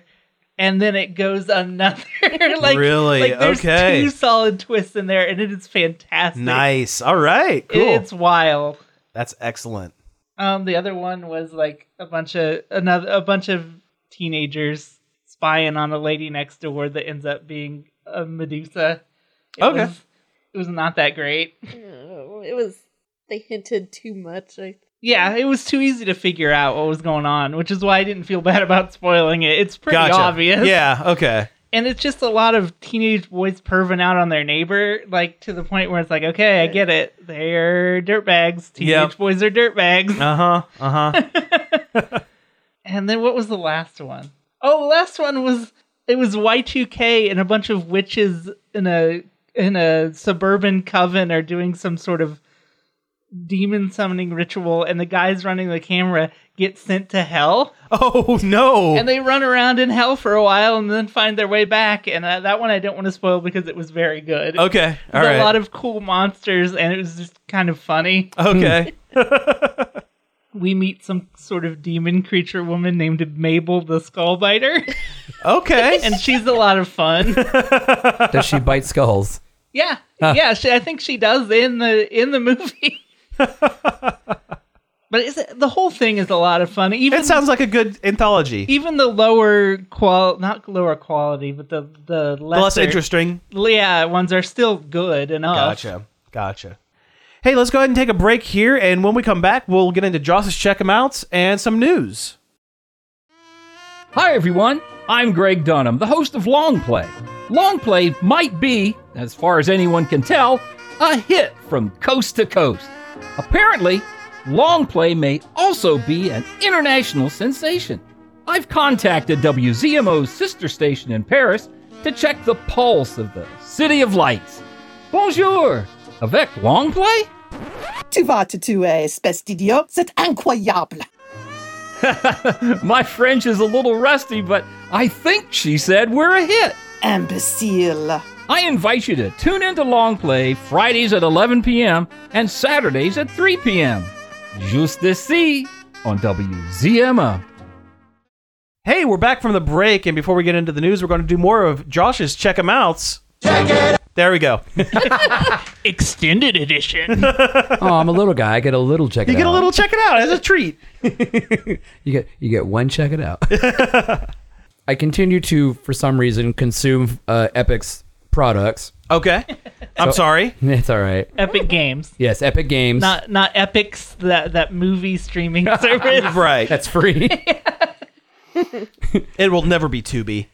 [SPEAKER 2] and then it goes another like
[SPEAKER 1] Really?
[SPEAKER 2] like there's
[SPEAKER 1] Okay.
[SPEAKER 2] two solid twists in there and it is fantastic
[SPEAKER 1] Nice. All right.
[SPEAKER 2] It-
[SPEAKER 1] Cool.
[SPEAKER 2] it's wild
[SPEAKER 1] That's excellent.
[SPEAKER 2] um the other one was like a bunch of another a bunch of teenagers spying on a lady next door that ends up being a medusa It
[SPEAKER 1] Okay.
[SPEAKER 2] was- it was not that great
[SPEAKER 4] oh, it was. They hinted too much. I
[SPEAKER 2] Yeah, it was too easy to figure out what was going on, which is why I didn't feel bad about spoiling it. It's pretty
[SPEAKER 1] Gotcha.
[SPEAKER 2] obvious.
[SPEAKER 1] Yeah. Okay.
[SPEAKER 2] And it's just a lot of teenage boys perving out on their neighbor, like to the point where it's like, okay, I get it. They're dirtbags. Teenage
[SPEAKER 1] Yep. Uh-huh.
[SPEAKER 2] boys are dirtbags.
[SPEAKER 1] Uh huh. Uh huh.
[SPEAKER 2] And then what was the last one? Oh, the last one was it was Y2K and a bunch of witches in a in a suburban coven are doing some sort of demon summoning ritual and the guys running the camera get sent to hell
[SPEAKER 1] Oh no!
[SPEAKER 2] and they run around in hell for a while and then find their way back and uh, that one I don't want to spoil because it was very good.
[SPEAKER 1] okay, all
[SPEAKER 2] There's
[SPEAKER 1] right.
[SPEAKER 2] a lot of cool monsters and it was just kind of funny.
[SPEAKER 1] okay,
[SPEAKER 2] We meet some sort of demon creature woman named Mabel the Skullbiter
[SPEAKER 1] okay.
[SPEAKER 2] and she's a lot of fun.
[SPEAKER 3] Does she bite skulls?
[SPEAKER 2] Yeah, yeah. She, I think she does in the in the movie. but it's, the whole thing is a lot of fun. Even
[SPEAKER 1] it sounds like a good anthology.
[SPEAKER 2] even the lower qual, not lower quality, but the the
[SPEAKER 1] The
[SPEAKER 2] lesser,
[SPEAKER 1] less interesting.
[SPEAKER 2] yeah, ones are still good enough.
[SPEAKER 1] Gotcha, gotcha. Hey, let's go ahead and take a break here, and when we come back, we'll get into Joss's check 'em outs and some news.
[SPEAKER 5] Hi, everyone. I'm Greg Dunham, the host of Long Play. Long Play might be, as far as anyone can tell, a hit from coast to coast. Apparently, Long Play may also be an international sensation. I've contacted WZMO's sister station in Paris to check the pulse of the City of Lights. Bonjour, avec Long Play?
[SPEAKER 6] Tu vas te tuer, espèce d'idiot. C'est incroyable.
[SPEAKER 5] My French is a little rusty, but I think she said we're a hit.
[SPEAKER 6] Imbécile.
[SPEAKER 5] I invite you to tune into Long Play Fridays at 11 p.m. and Saturdays at 3 p.m. Juste ici on WZMO.
[SPEAKER 1] Hey, we're back from the break, and before we get into the news, we're going to do more of Josh's check 'em outs. There we go.
[SPEAKER 2] Extended edition.
[SPEAKER 3] Oh, I'm a little guy. I get a little check.
[SPEAKER 1] You
[SPEAKER 3] it
[SPEAKER 1] get a
[SPEAKER 3] out.
[SPEAKER 1] little check it out as a treat.
[SPEAKER 3] You get you get one check it out. I continue to, for some reason, consume uh, Epic's products.
[SPEAKER 1] Okay. I'm sorry.
[SPEAKER 3] It's all right.
[SPEAKER 2] Epic Games,
[SPEAKER 3] Yes, Epic Games.
[SPEAKER 2] not not Epics that that movie streaming service.
[SPEAKER 1] Right.
[SPEAKER 3] that's free.
[SPEAKER 1] It will never be Tubi.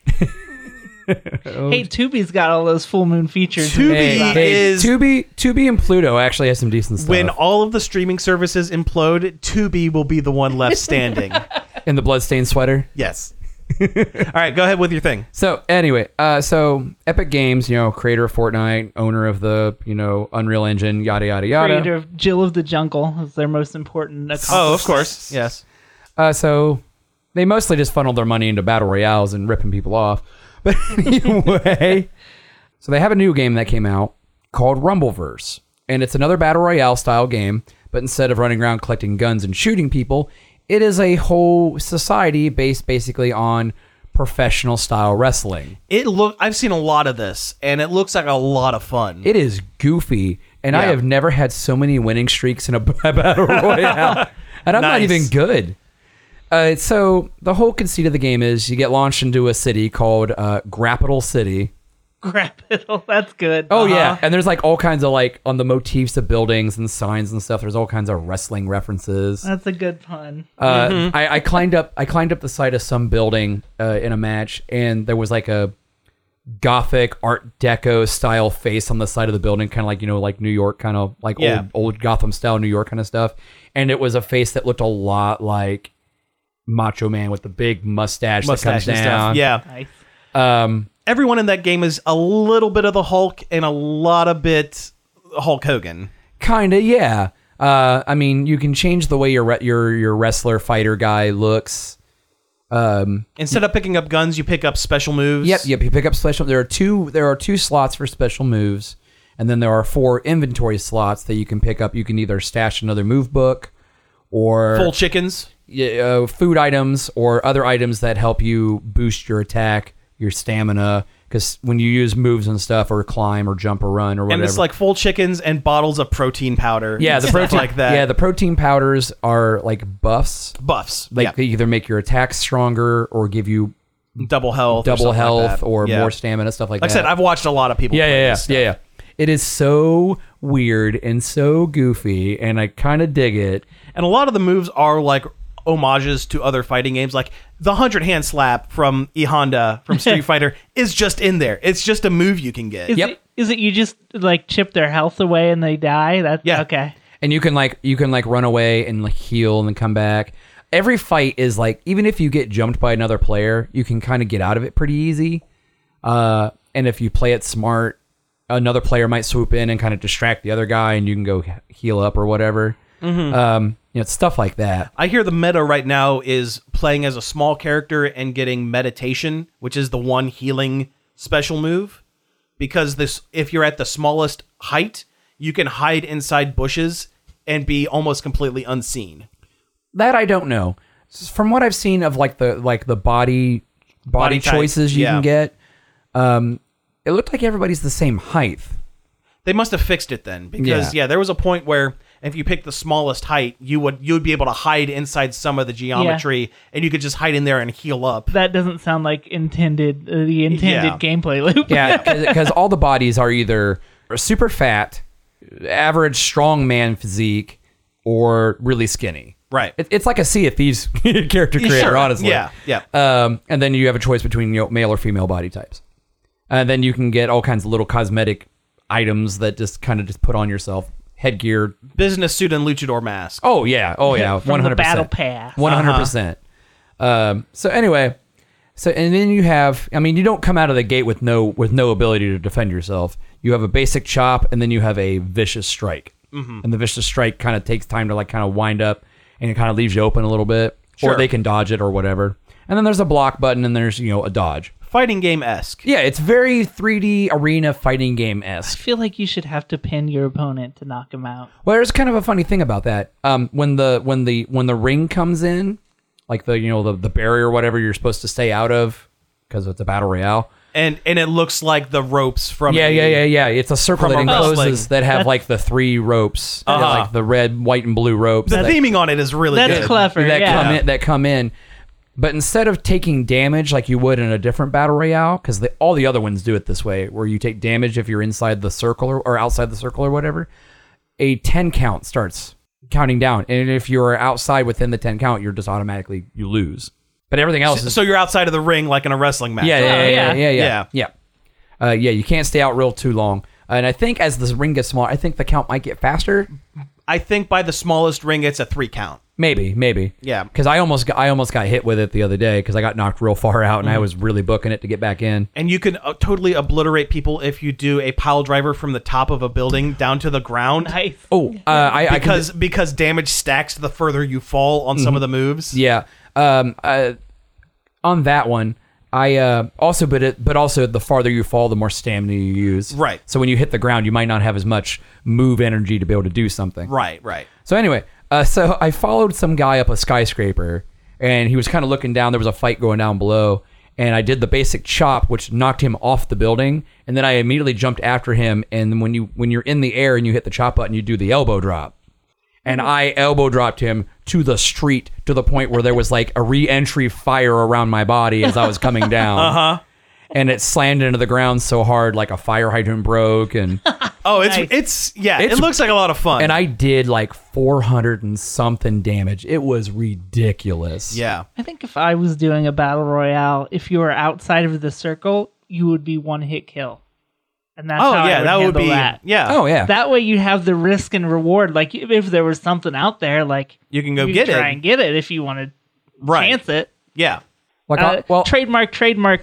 [SPEAKER 2] Hey, Tubi's got all those full moon features.
[SPEAKER 1] Tubi is
[SPEAKER 3] Tubi, Tubi, and Pluto actually have some decent stuff.
[SPEAKER 1] when all of the streaming services implode, Tubi will be the one left standing.
[SPEAKER 3] and the bloodstained sweater.
[SPEAKER 1] yes. All right, go ahead with your thing.
[SPEAKER 3] So anyway, uh, so Epic Games, you know, creator of Fortnite, owner of the you know Unreal Engine, yada yada yada.
[SPEAKER 2] Creator of Jill of the Jungle is their most important.
[SPEAKER 1] Oh, of course. Yes.
[SPEAKER 3] Uh, so they mostly just funneled their money into battle royales and ripping people off. But anyway, so they have a new game that came out called Rumbleverse, and it's another battle royale style game. But instead of running around collecting guns and shooting people, it is a whole society based basically on professional style wrestling.
[SPEAKER 1] It look I've seen a lot of this and it looks like a lot of fun.
[SPEAKER 3] It is goofy, and I
[SPEAKER 1] Yeah.
[SPEAKER 3] have never had so many winning streaks in a b- battle royale, and I'm not
[SPEAKER 1] Nice.
[SPEAKER 3] even good. Uh, so the whole conceit of the game is you get launched into a city called uh, Grappital City.
[SPEAKER 2] Grappital. That's good. Uh-huh.
[SPEAKER 3] Oh yeah, and there's like all kinds of like on the motifs of buildings and signs and stuff. There's all kinds of wrestling references.
[SPEAKER 2] That's a good pun.
[SPEAKER 3] Uh,
[SPEAKER 1] Mm-hmm.
[SPEAKER 3] I, I climbed up. I climbed up the side of some building uh, in a match, and there was like a gothic Art Deco style face on the side of the building, kind of like you know, like New York, kind of like
[SPEAKER 1] Yeah.
[SPEAKER 3] old old Gotham style New York kind of stuff. And it was a face that looked a lot like Macho Man with the big mustache,
[SPEAKER 1] Mustache
[SPEAKER 3] that
[SPEAKER 1] and
[SPEAKER 3] comes
[SPEAKER 1] stuff.
[SPEAKER 3] down.
[SPEAKER 1] Yeah.
[SPEAKER 2] Nice.
[SPEAKER 3] Um,
[SPEAKER 1] Everyone in that game is a little bit of the Hulk and a lot of bit Hulk Hogan.
[SPEAKER 3] Kinda, yeah. Uh, I mean, you can change the way your re- your your wrestler fighter guy looks. Um,
[SPEAKER 1] Instead of picking up guns, you pick up special moves.
[SPEAKER 3] Yep, yep. You pick up special. There are two. There are two slots for special moves, and then there are four inventory slots that you can pick up. You can either stash another move book, or
[SPEAKER 1] Full chickens.
[SPEAKER 3] y- uh, food items, or other items that help you boost your attack, your stamina. Because when you use moves and stuff, or climb, or jump, or run, or whatever,
[SPEAKER 1] And it's like full chickens and bottles of protein powder.
[SPEAKER 3] yeah,
[SPEAKER 1] and
[SPEAKER 3] the
[SPEAKER 1] stuff
[SPEAKER 3] protein
[SPEAKER 1] like that.
[SPEAKER 3] Yeah, the protein powders are like buffs.
[SPEAKER 1] buffs.
[SPEAKER 3] Like
[SPEAKER 1] yeah.
[SPEAKER 3] they either make your attack stronger or give you
[SPEAKER 1] double health, or
[SPEAKER 3] double
[SPEAKER 1] something like
[SPEAKER 3] health
[SPEAKER 1] that.
[SPEAKER 3] or
[SPEAKER 1] Yeah.
[SPEAKER 3] more stamina, stuff like,
[SPEAKER 1] Like I
[SPEAKER 3] that.
[SPEAKER 1] said, I've watched a lot of people.
[SPEAKER 3] yeah,
[SPEAKER 1] play
[SPEAKER 3] yeah, yeah,
[SPEAKER 1] this
[SPEAKER 3] yeah, yeah. It is so weird and so goofy, and I kind of dig it.
[SPEAKER 1] And a lot of the moves are like homages to other fighting games, like the hundred hand slap from E Honda from Street Fighter is just in there. It's just a move you can get.
[SPEAKER 2] Is
[SPEAKER 3] Yep.
[SPEAKER 2] It, is it you just like chip their health away and they die? That's
[SPEAKER 1] Yeah.
[SPEAKER 2] okay.
[SPEAKER 3] And you can like you can like run away and like heal and then come back. every fight is like even if you get jumped by another player, you can kind of get out of it pretty easy. Uh, and if you play it smart, another player might swoop in and kind of distract the other guy, and you can go heal up or whatever. Um, you know, it's stuff like that.
[SPEAKER 1] I hear the meta right now is playing as a small character and getting meditation, which is the one healing special move. Because this if you're at the smallest height, you can hide inside bushes and be almost completely unseen.
[SPEAKER 3] That I don't know. S- From what I've seen of like the like the body body,
[SPEAKER 1] Body type,
[SPEAKER 3] choices you
[SPEAKER 1] yeah.
[SPEAKER 3] can get, um, it looked like everybody's the same height.
[SPEAKER 1] They must have fixed it then because yeah,
[SPEAKER 3] Yeah.
[SPEAKER 1] there was a point where if you picked the smallest height, you would you would be able to hide inside some of the geometry and you could just hide in there and heal up.
[SPEAKER 2] That doesn't sound like intended uh, the intended
[SPEAKER 1] Yeah.
[SPEAKER 2] gameplay loop.
[SPEAKER 3] Yeah, because all the bodies are either super fat, average strong man physique, or really skinny.
[SPEAKER 1] Right.
[SPEAKER 3] It, it's like a Sea of Thieves character creator,
[SPEAKER 1] Sure.
[SPEAKER 3] honestly.
[SPEAKER 1] Yeah, yeah.
[SPEAKER 3] Um, and then you have a choice between you know, male or female body types. And then you can get all kinds of little cosmetic items that just kind of just put on yourself headgear.
[SPEAKER 1] Business suit and luchador mask.
[SPEAKER 3] Oh yeah, oh yeah,
[SPEAKER 2] From the
[SPEAKER 3] one hundred
[SPEAKER 2] battle
[SPEAKER 3] percent.
[SPEAKER 2] pass.
[SPEAKER 3] one hundred percent. Um. So anyway, so and then you have. I mean, you don't come out of the gate with no with no ability to defend yourself. You have a basic chop, and then you have a vicious strike. Mm-hmm. And the vicious strike kind of takes time to like kind of wind up, and it kind of leaves you open a little bit,
[SPEAKER 1] Sure.
[SPEAKER 3] or they can dodge it or whatever. And then there's a block button, and there's you know a dodge.
[SPEAKER 1] Fighting game esque.
[SPEAKER 3] Yeah, it's very 3D arena fighting game
[SPEAKER 2] I
[SPEAKER 3] esque.
[SPEAKER 2] feel like you should have to pin your opponent to knock him out.
[SPEAKER 3] Well, there's kind of a funny thing about that. Um, when the when the when the ring comes in, like the you know the, the barrier or whatever you're supposed to stay out of because it's a battle royale.
[SPEAKER 1] And and it looks like the ropes from
[SPEAKER 3] Yeah,
[SPEAKER 1] a-
[SPEAKER 3] yeah, yeah, yeah. It's a circle
[SPEAKER 1] From
[SPEAKER 3] that
[SPEAKER 1] a wrestling.
[SPEAKER 3] encloses that have like the three ropes, that,
[SPEAKER 1] Uh-huh.
[SPEAKER 3] like the red, white, and blue ropes.
[SPEAKER 1] The
[SPEAKER 3] that,
[SPEAKER 1] theming on it is really
[SPEAKER 2] That's
[SPEAKER 1] good.
[SPEAKER 2] clever.
[SPEAKER 3] that
[SPEAKER 2] yeah.
[SPEAKER 3] come in, that come in. But instead of taking damage like you would in a different battle royale, because all the other ones do it this way, where you take damage if you're inside the circle or, or outside the circle or whatever, a ten count starts counting down, and if you're outside within the ten count, you're just automatically you lose. But everything else is
[SPEAKER 1] So you're outside of the ring like in a wrestling match.
[SPEAKER 3] yeah, yeah, yeah, yeah,
[SPEAKER 1] Yeah.
[SPEAKER 3] yeah, yeah, yeah. Uh, yeah, you can't stay out real too long. And I think as the ring gets smaller, I think the count might get faster.
[SPEAKER 1] I think by the smallest ring, it's a three count.
[SPEAKER 3] Maybe, maybe.
[SPEAKER 1] Yeah.
[SPEAKER 3] Because I almost got, I almost got hit with it the other day because I got knocked real far out and
[SPEAKER 1] Mm-hmm.
[SPEAKER 3] I was really booking it to get back in.
[SPEAKER 1] And you can uh, totally obliterate people if you do a pile driver from the top of a building down to the ground.
[SPEAKER 2] Nice.
[SPEAKER 3] Oh, uh, I, I can, Mm-hmm.
[SPEAKER 1] Because because damage stacks the further you fall on some of the moves.
[SPEAKER 3] yeah. Um, uh, on that one, I uh, also, but it, but also, the farther you fall, the more stamina you use.
[SPEAKER 1] Right.
[SPEAKER 3] So when you hit the ground, you might not have as much move energy to be able to do something.
[SPEAKER 1] Right, right.
[SPEAKER 3] So anyway, uh, so I followed some guy up a skyscraper, and he was kind of looking down. There was a fight going down below, and I did the basic chop, which knocked him off the building, and then I immediately jumped after him. And then when you when you're in the air and you hit the chop button, you do the elbow drop, and I elbow dropped him to the street to the point where there was like a re-entry fire around my body as I was coming down.
[SPEAKER 1] Uh-huh.
[SPEAKER 3] uh huh. And it slammed into the ground so hard, like a fire hydrant broke, and
[SPEAKER 1] Oh, it's
[SPEAKER 2] Nice.
[SPEAKER 1] it's yeah. it
[SPEAKER 3] It's-
[SPEAKER 1] looks like a lot of fun.
[SPEAKER 3] and I did like 400 and something damage. It was ridiculous.
[SPEAKER 1] yeah.
[SPEAKER 2] I think if I was doing a battle royale, if you were outside of the circle, you would be one hit kill, and that's
[SPEAKER 1] Oh
[SPEAKER 2] how I
[SPEAKER 1] yeah,
[SPEAKER 2] would
[SPEAKER 1] that would
[SPEAKER 2] handle
[SPEAKER 1] be
[SPEAKER 2] that.
[SPEAKER 1] yeah.
[SPEAKER 3] Oh yeah.
[SPEAKER 2] That way you have the risk and reward. Like if- if there was something out there, like
[SPEAKER 1] You can go
[SPEAKER 2] you
[SPEAKER 1] get
[SPEAKER 2] try and
[SPEAKER 1] it.
[SPEAKER 2] get it if you want to
[SPEAKER 1] Right.
[SPEAKER 2] chance it.
[SPEAKER 1] Yeah.
[SPEAKER 3] like
[SPEAKER 2] Uh,
[SPEAKER 3] I, well,
[SPEAKER 2] trademark, trademark,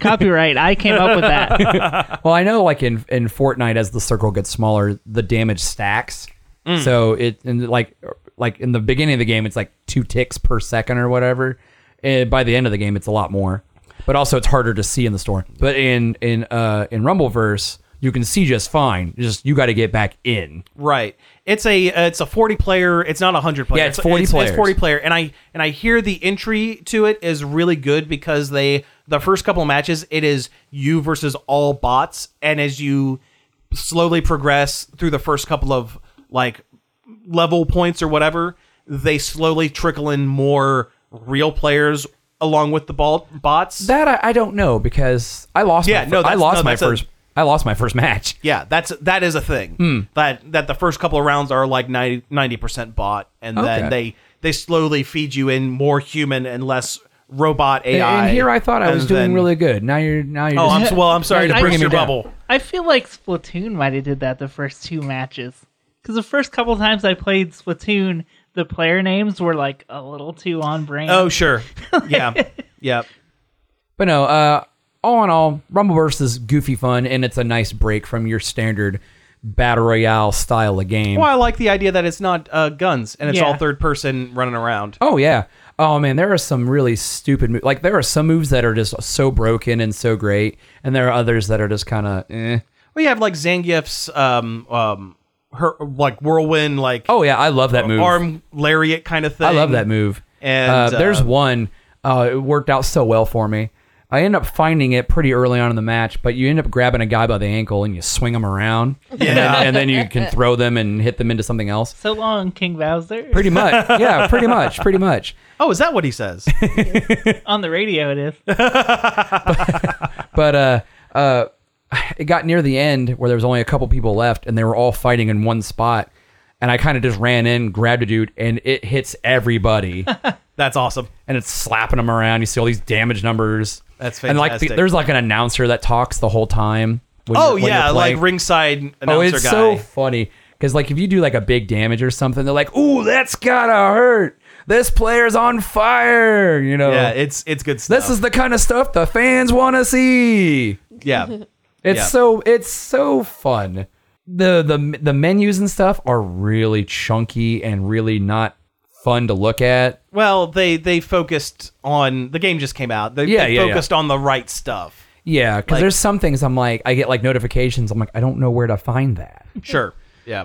[SPEAKER 2] copyright. I came up with that.
[SPEAKER 3] well, I know like in in Fortnite as the circle gets smaller, the damage stacks.
[SPEAKER 1] Mm.
[SPEAKER 3] So it and like like in the beginning of the game, it's like two ticks per second or whatever. And by the end of the game, it's a lot more. But also, it's harder to see in the store. But in in uh in Rumbleverse, you can see just fine. Just you got to get back in.
[SPEAKER 1] Right. It's a uh, it's a forty player. It's not a hundred player.
[SPEAKER 3] Yeah, it's 40
[SPEAKER 1] It's
[SPEAKER 3] players.
[SPEAKER 1] forty player, and I and I hear the entry to it is really good because they the first couple of matches it is you versus all bots, and as you slowly progress through the first couple of like level points or whatever, they slowly trickle in more real players along with the ball, bots.
[SPEAKER 3] That I, I don't know because I lost.
[SPEAKER 1] Yeah,
[SPEAKER 3] my, fir-
[SPEAKER 1] no,
[SPEAKER 3] I
[SPEAKER 1] that's-
[SPEAKER 3] lost
[SPEAKER 1] no,
[SPEAKER 3] my
[SPEAKER 1] that's a-
[SPEAKER 3] first. I lost my first match.
[SPEAKER 1] yeah, that's that is a thing.
[SPEAKER 3] Hmm.
[SPEAKER 1] That that the first couple of rounds are like 90 percent bot, and then
[SPEAKER 3] Okay.
[SPEAKER 1] they they slowly feed you in more human and less robot
[SPEAKER 3] And-
[SPEAKER 1] AI.
[SPEAKER 3] and here I thought I
[SPEAKER 1] and
[SPEAKER 3] was doing
[SPEAKER 1] then-
[SPEAKER 3] really good. Now you're now you're.
[SPEAKER 1] Oh,
[SPEAKER 3] just,
[SPEAKER 1] I'm s- well. I'm sorry to
[SPEAKER 2] I-
[SPEAKER 1] bring your
[SPEAKER 3] down.
[SPEAKER 1] bubble.
[SPEAKER 2] I feel like Splatoon might have did that the first two matches because the first couple times I played Splatoon, the player names were like a little too on brand.
[SPEAKER 1] Oh, sure. Yeah. yeah.
[SPEAKER 3] But no, uh, all in all, Rumbleverse is goofy fun, and it's a nice break from your standard battle royale style of game.
[SPEAKER 1] Well, I like the idea that it's not uh, guns and it's
[SPEAKER 2] Yeah.
[SPEAKER 1] all third person running around.
[SPEAKER 3] Oh yeah. Oh man, there are some really stupid moves. Like there are some moves that are just so broken and so great, and there are others that are just kind of eh.
[SPEAKER 1] We have like Zangief's um um her like whirlwind like
[SPEAKER 3] Oh yeah, I love that move.
[SPEAKER 1] arm lariat kind of thing.
[SPEAKER 3] I love that move.
[SPEAKER 1] And,
[SPEAKER 3] uh, there's
[SPEAKER 1] uh,
[SPEAKER 3] one. Uh, it worked out so well for me. I end up finding it pretty early on in the match, but you end up grabbing a guy by the ankle and you swing him around, and, then, and then you can throw them and hit them into something else.
[SPEAKER 2] So long, King Bowser.
[SPEAKER 3] Pretty much, yeah, pretty much, pretty much.
[SPEAKER 1] Oh, is that what he says?
[SPEAKER 2] on the radio, it is.
[SPEAKER 3] But uh, uh, it got near the end where there was only a couple people left, and they were all fighting in one spot. And I kind of just ran in, grabbed a dude, and it hits everybody.
[SPEAKER 1] That's awesome.
[SPEAKER 3] and it's slapping them around. You see all these damage numbers.
[SPEAKER 1] That's
[SPEAKER 3] And like the,
[SPEAKER 1] fantastic.
[SPEAKER 3] there's like an announcer that talks the whole time. when
[SPEAKER 1] Oh
[SPEAKER 3] you're- when
[SPEAKER 1] yeah,
[SPEAKER 3] you're
[SPEAKER 1] like
[SPEAKER 3] playing.
[SPEAKER 1] ringside announcer
[SPEAKER 3] oh, it's
[SPEAKER 1] guy.
[SPEAKER 3] so funny because like if you do like a big damage or something, they're like, "Ooh, that's gotta hurt. This player's on fire." You know,
[SPEAKER 1] yeah, it's it's good stuff.
[SPEAKER 3] this is the kind of stuff the fans want to see.
[SPEAKER 1] yeah.
[SPEAKER 3] It's
[SPEAKER 1] Yeah.
[SPEAKER 3] so it's so fun. The the the menus and stuff are really chunky and really not fun to look at.
[SPEAKER 1] Well, they they focused on the game just came out. They,
[SPEAKER 3] Yeah,
[SPEAKER 1] they
[SPEAKER 3] yeah, yeah.
[SPEAKER 1] focused on the right stuff.
[SPEAKER 3] Yeah, because
[SPEAKER 1] Like-
[SPEAKER 3] there's some things I'm like, I get like notifications. I'm like, I don't know where to find that.
[SPEAKER 1] Sure. Yeah.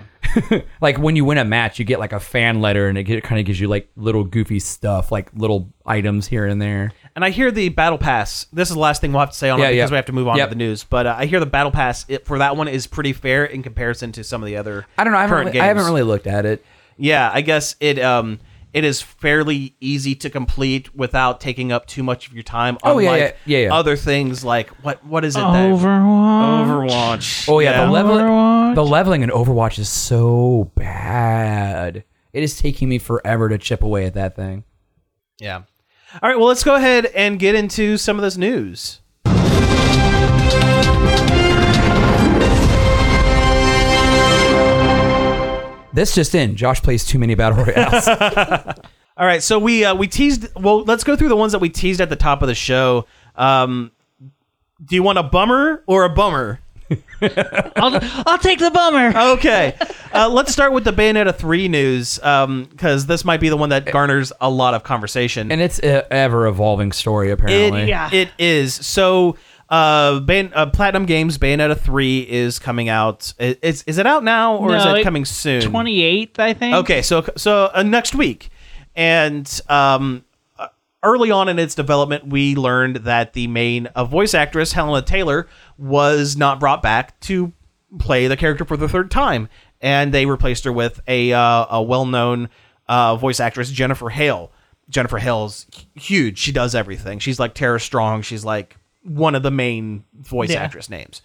[SPEAKER 3] Like when you win a match, you get like a fan letter, and it, kind of gives you like little goofy stuff, like little items here and there.
[SPEAKER 1] And I hear the battle pass. This is the last thing we'll have to say on
[SPEAKER 3] Yeah,
[SPEAKER 1] it because
[SPEAKER 3] yeah.
[SPEAKER 1] we have to move on
[SPEAKER 3] Yep.
[SPEAKER 1] to the news. But uh, I hear the battle pass it, for that one is pretty fair in comparison to some of the other.
[SPEAKER 3] I don't know. I haven't,
[SPEAKER 1] current
[SPEAKER 3] really,
[SPEAKER 1] games.
[SPEAKER 3] I haven't really looked at it.
[SPEAKER 1] Yeah, I guess it um it is fairly easy to complete without taking up too much of your time.
[SPEAKER 3] Oh, yeah,
[SPEAKER 1] unlike
[SPEAKER 3] yeah, Oh, yeah, yeah.
[SPEAKER 1] Other things like what what is it? that-
[SPEAKER 2] Overwatch.
[SPEAKER 1] Overwatch.
[SPEAKER 3] Oh yeah, the level,
[SPEAKER 2] Overwatch.
[SPEAKER 3] the leveling in Overwatch is so bad. It is taking me forever to chip away at that thing.
[SPEAKER 1] yeah. All right. Well, let's go ahead and get into some of this news.
[SPEAKER 3] This just in: Josh plays too many battle royales.
[SPEAKER 1] All right, so we uh, we teased. Well, let's go through the ones that we teased at the top of the show. Um, do you want a bummer or a bummer?
[SPEAKER 2] I'll, I'll take the bummer.
[SPEAKER 1] Okay, uh, let's start with the Bayonetta three news because this might be the one that garners a lot of conversation.
[SPEAKER 3] and it's an ever evolving story, apparently.
[SPEAKER 1] It,
[SPEAKER 2] Yeah.
[SPEAKER 1] it is. So, uh, Bayon- uh, Platinum Games Bayonetta three is coming out. i- Is is it out now or is
[SPEAKER 2] No,
[SPEAKER 1] it
[SPEAKER 2] it-
[SPEAKER 1] coming soon?
[SPEAKER 2] 28th, I think.
[SPEAKER 1] Okay, so so uh, next week, and um, uh, early on in its development, we learned that the main uh, voice actress Helena Taylor was not brought back to play the character for the third time, and they replaced her with a uh, a well known uh, voice actress Jennifer Hale. Jennifer Hale's h- huge. She does everything. She's like Tara Strong. She's like one of the main voice
[SPEAKER 2] Yeah.
[SPEAKER 1] actress names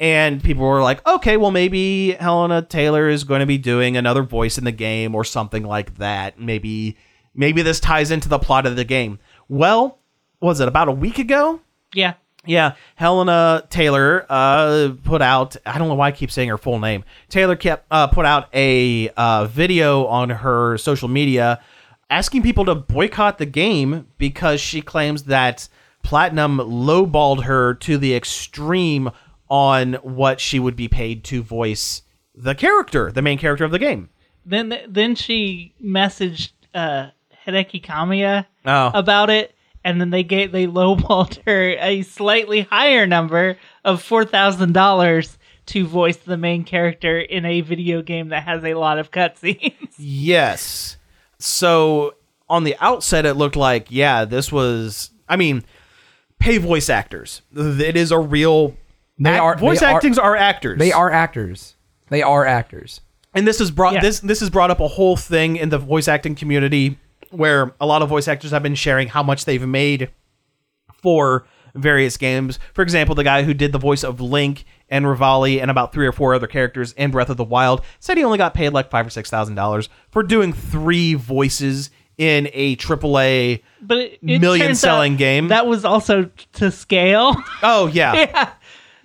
[SPEAKER 1] and people were like, okay, well, maybe Helena Taylor is going to be doing another voice in the game or something like that. Maybe, maybe this ties into the plot of the game. Well, was it about a week ago?
[SPEAKER 2] Yeah.
[SPEAKER 1] Yeah, Helena Taylor uh, put out. I don't know why I keep saying her full name. Taylor kept uh, put out a uh, video on her social media asking people to boycott the game because she claims that Platinum lowballed her to the extreme on what she would be paid to voice the character, the main character of the game.
[SPEAKER 2] Then then she messaged uh, Hideki Kamiya
[SPEAKER 1] Oh.
[SPEAKER 2] about it, and then they gave they lowballed her a slightly higher number of four thousand dollars to voice the main character in a video game that has a lot of cutscenes.
[SPEAKER 1] Yes. So on the outset, it looked like, yeah, this was. I mean, pay voice actors. It is a real.
[SPEAKER 3] They
[SPEAKER 1] act-
[SPEAKER 3] are-
[SPEAKER 1] voice
[SPEAKER 3] they are-
[SPEAKER 1] actings are, actors.
[SPEAKER 3] They are actors. They are actors.
[SPEAKER 1] and this is brought
[SPEAKER 2] Yeah.
[SPEAKER 1] this this has brought up a whole thing in the voice acting community where a lot of voice actors have been sharing how much they've made for various games. For example, the guy who did the voice of Link and Rivali and about three or four other characters in Breath of the Wild said he only got paid like five or six thousand dollars for doing three voices in a AAA.
[SPEAKER 2] But it, it
[SPEAKER 1] Million
[SPEAKER 2] turns
[SPEAKER 1] selling
[SPEAKER 2] out
[SPEAKER 1] game.
[SPEAKER 2] that was also to scale.
[SPEAKER 1] Oh yeah,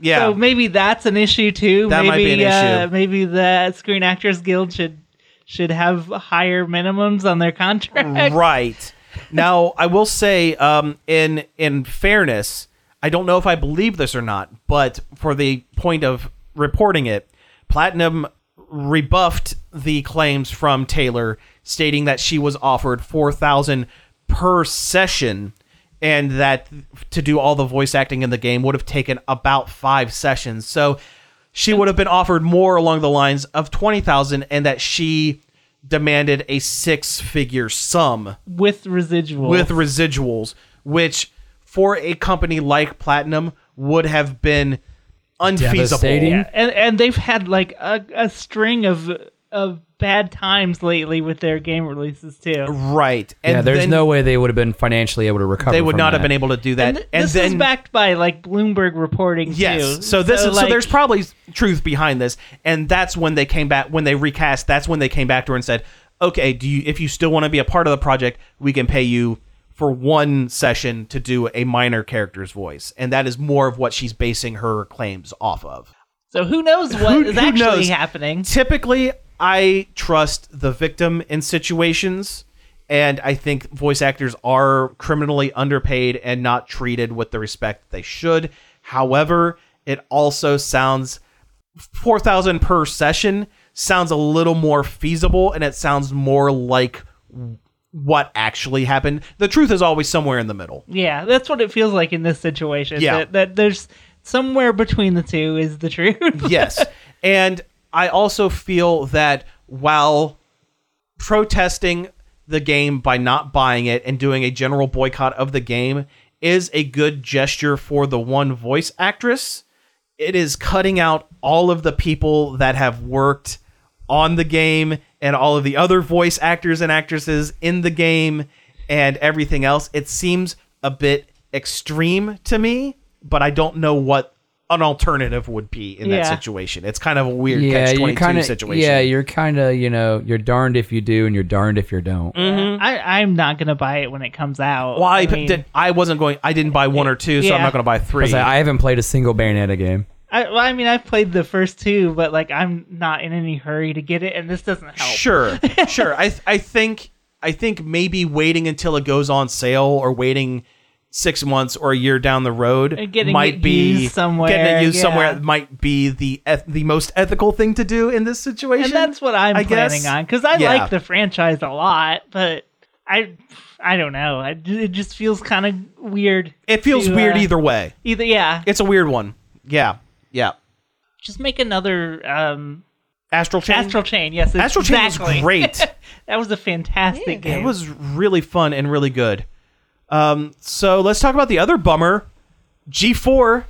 [SPEAKER 1] yeah.
[SPEAKER 2] So maybe that's an issue too.
[SPEAKER 1] That
[SPEAKER 2] maybe
[SPEAKER 1] might be an
[SPEAKER 2] uh,
[SPEAKER 1] issue.
[SPEAKER 2] maybe the Screen Actors Guild should should have higher minimums on their
[SPEAKER 1] Mm.
[SPEAKER 2] contract.
[SPEAKER 1] right now i will say um, in in fairness i don't know if i believe this or not but for the point of reporting it platinum rebuffed the claims from taylor stating that she was offered 4000 per session and that to do all the voice acting in the game would have taken about five sessions so she would have been offered more along the lines of 20000 and that she demanded a six figure sum
[SPEAKER 2] With residual.
[SPEAKER 1] with residuals, which for a company like Platinum would have been unfeasible.
[SPEAKER 3] Devastating.
[SPEAKER 2] Yeah, and and they've had like a, a string of of bad times lately with their game releases too.
[SPEAKER 1] Right. And
[SPEAKER 3] yeah, there's
[SPEAKER 1] then
[SPEAKER 3] no way they would have been financially able to recover.
[SPEAKER 1] they would
[SPEAKER 3] from
[SPEAKER 1] not
[SPEAKER 3] that.
[SPEAKER 1] have been able to do that. And,
[SPEAKER 2] Th- this
[SPEAKER 1] then
[SPEAKER 2] is backed by like Bloomberg reporting
[SPEAKER 1] Yes.
[SPEAKER 2] too.
[SPEAKER 1] So this is so
[SPEAKER 2] like,
[SPEAKER 1] there's probably truth behind this. And that's when they came back when they recast, that's when they came back to her and said, Okay, do you if you still want to be a part of the project, we can pay you for one session to do a minor character's voice. And that is more of what she's basing her claims off of.
[SPEAKER 2] so who knows what
[SPEAKER 1] Who-
[SPEAKER 2] is
[SPEAKER 1] who
[SPEAKER 2] actually
[SPEAKER 1] knows?
[SPEAKER 2] happening?
[SPEAKER 1] typically I trust the victim in situations and I think voice actors are criminally underpaid and not treated with the respect they should. However, it also sounds 4000 per session sounds a little more feasible and it sounds more like what actually happened. The truth is always somewhere in the middle.
[SPEAKER 2] Yeah, that's what it feels like in this situation.
[SPEAKER 1] Yeah.
[SPEAKER 2] That, that there's somewhere between the two is the truth.
[SPEAKER 1] yes. And I also feel that while protesting the game by not buying it and doing a general boycott of the game is a good gesture for the one voice actress, it is cutting out all of the people that have worked on the game and all of the other voice actors and actresses in the game and everything else. It seems a bit extreme to me, but I don't know what an alternative would be in that
[SPEAKER 2] Yeah.
[SPEAKER 1] situation. It's kind of a weird
[SPEAKER 3] Yeah,
[SPEAKER 1] catch
[SPEAKER 3] you
[SPEAKER 1] 22
[SPEAKER 3] kind of.
[SPEAKER 1] situation.
[SPEAKER 3] Yeah, you're kind of. You know, you're darned if you do, and you're darned if you don't.
[SPEAKER 1] Mm-hmm.
[SPEAKER 2] I, I'm not gonna buy it when it comes out.
[SPEAKER 1] Why
[SPEAKER 2] I
[SPEAKER 1] p-
[SPEAKER 2] mean,
[SPEAKER 1] did I wasn't going? I didn't buy one or two, so I'm
[SPEAKER 2] Yeah.
[SPEAKER 1] not going to buy three.
[SPEAKER 3] It's like, I haven't played a single Bayonetta game.
[SPEAKER 2] I, well, I mean, I've played the first two, but like, I'm not in any hurry to get it, and this doesn't help.
[SPEAKER 1] Sure, sure. I th- I think I think maybe waiting until it goes on sale or waiting six months or a year down the road
[SPEAKER 2] And getting
[SPEAKER 1] might
[SPEAKER 2] it
[SPEAKER 1] be
[SPEAKER 2] used somewhere,
[SPEAKER 1] Getting it used
[SPEAKER 2] yeah.
[SPEAKER 1] somewhere might be the eth- the most ethical thing to do in this situation.
[SPEAKER 2] and that's what I'm
[SPEAKER 1] I
[SPEAKER 2] planning
[SPEAKER 1] guess.
[SPEAKER 2] on because I
[SPEAKER 1] Yeah.
[SPEAKER 2] like the franchise a lot, but I, I don't know. I, it just feels kind of weird.
[SPEAKER 1] it feels
[SPEAKER 2] to,
[SPEAKER 1] weird
[SPEAKER 2] uh,
[SPEAKER 1] either way.
[SPEAKER 2] Either yeah,
[SPEAKER 1] It's a weird one. Yeah, yeah.
[SPEAKER 2] just make another um,
[SPEAKER 1] Astral Chain.
[SPEAKER 2] Astral Chain. Yes,
[SPEAKER 1] Astral Chain
[SPEAKER 2] exactly.
[SPEAKER 1] was great.
[SPEAKER 2] That was a fantastic game.
[SPEAKER 1] It was really fun and really good. Um, so let's talk about the other bummer, G4,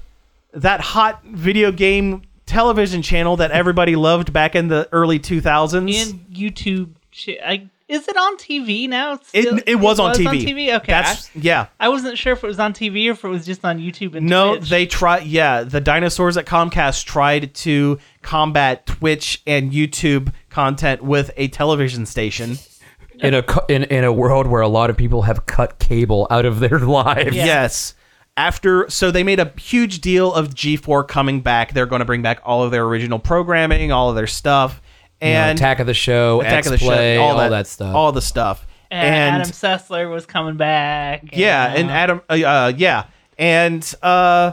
[SPEAKER 1] that hot video game television channel that everybody loved back in the early 2000s.
[SPEAKER 2] in YouTube. chi- I, is it on TV now? It's still-
[SPEAKER 1] it, it was on TV.
[SPEAKER 2] Okay,
[SPEAKER 1] That's,
[SPEAKER 2] I,
[SPEAKER 1] yeah.
[SPEAKER 2] I wasn't sure if it was on TV or if it was just on YouTube. And
[SPEAKER 1] No,
[SPEAKER 2] Twitch.
[SPEAKER 1] they try. Yeah, the dinosaurs at Comcast tried to combat Twitch and YouTube content with a television station.
[SPEAKER 3] In a cu- in, in a world where a lot of people have cut cable out of their lives.
[SPEAKER 2] Yeah.
[SPEAKER 1] Yes. After so they made a huge deal of G4 coming back. They're going to bring back all of their original programming, all of their stuff,
[SPEAKER 3] You know,
[SPEAKER 1] and
[SPEAKER 3] Attack of the Show,
[SPEAKER 1] Attack of the Show,
[SPEAKER 3] X-Play, all, that, stuff.
[SPEAKER 1] all the stuff.
[SPEAKER 2] And,
[SPEAKER 1] And,
[SPEAKER 2] Adam Sessler was coming back.
[SPEAKER 1] yeah, and Adam, uh, uh, yeah, and uh,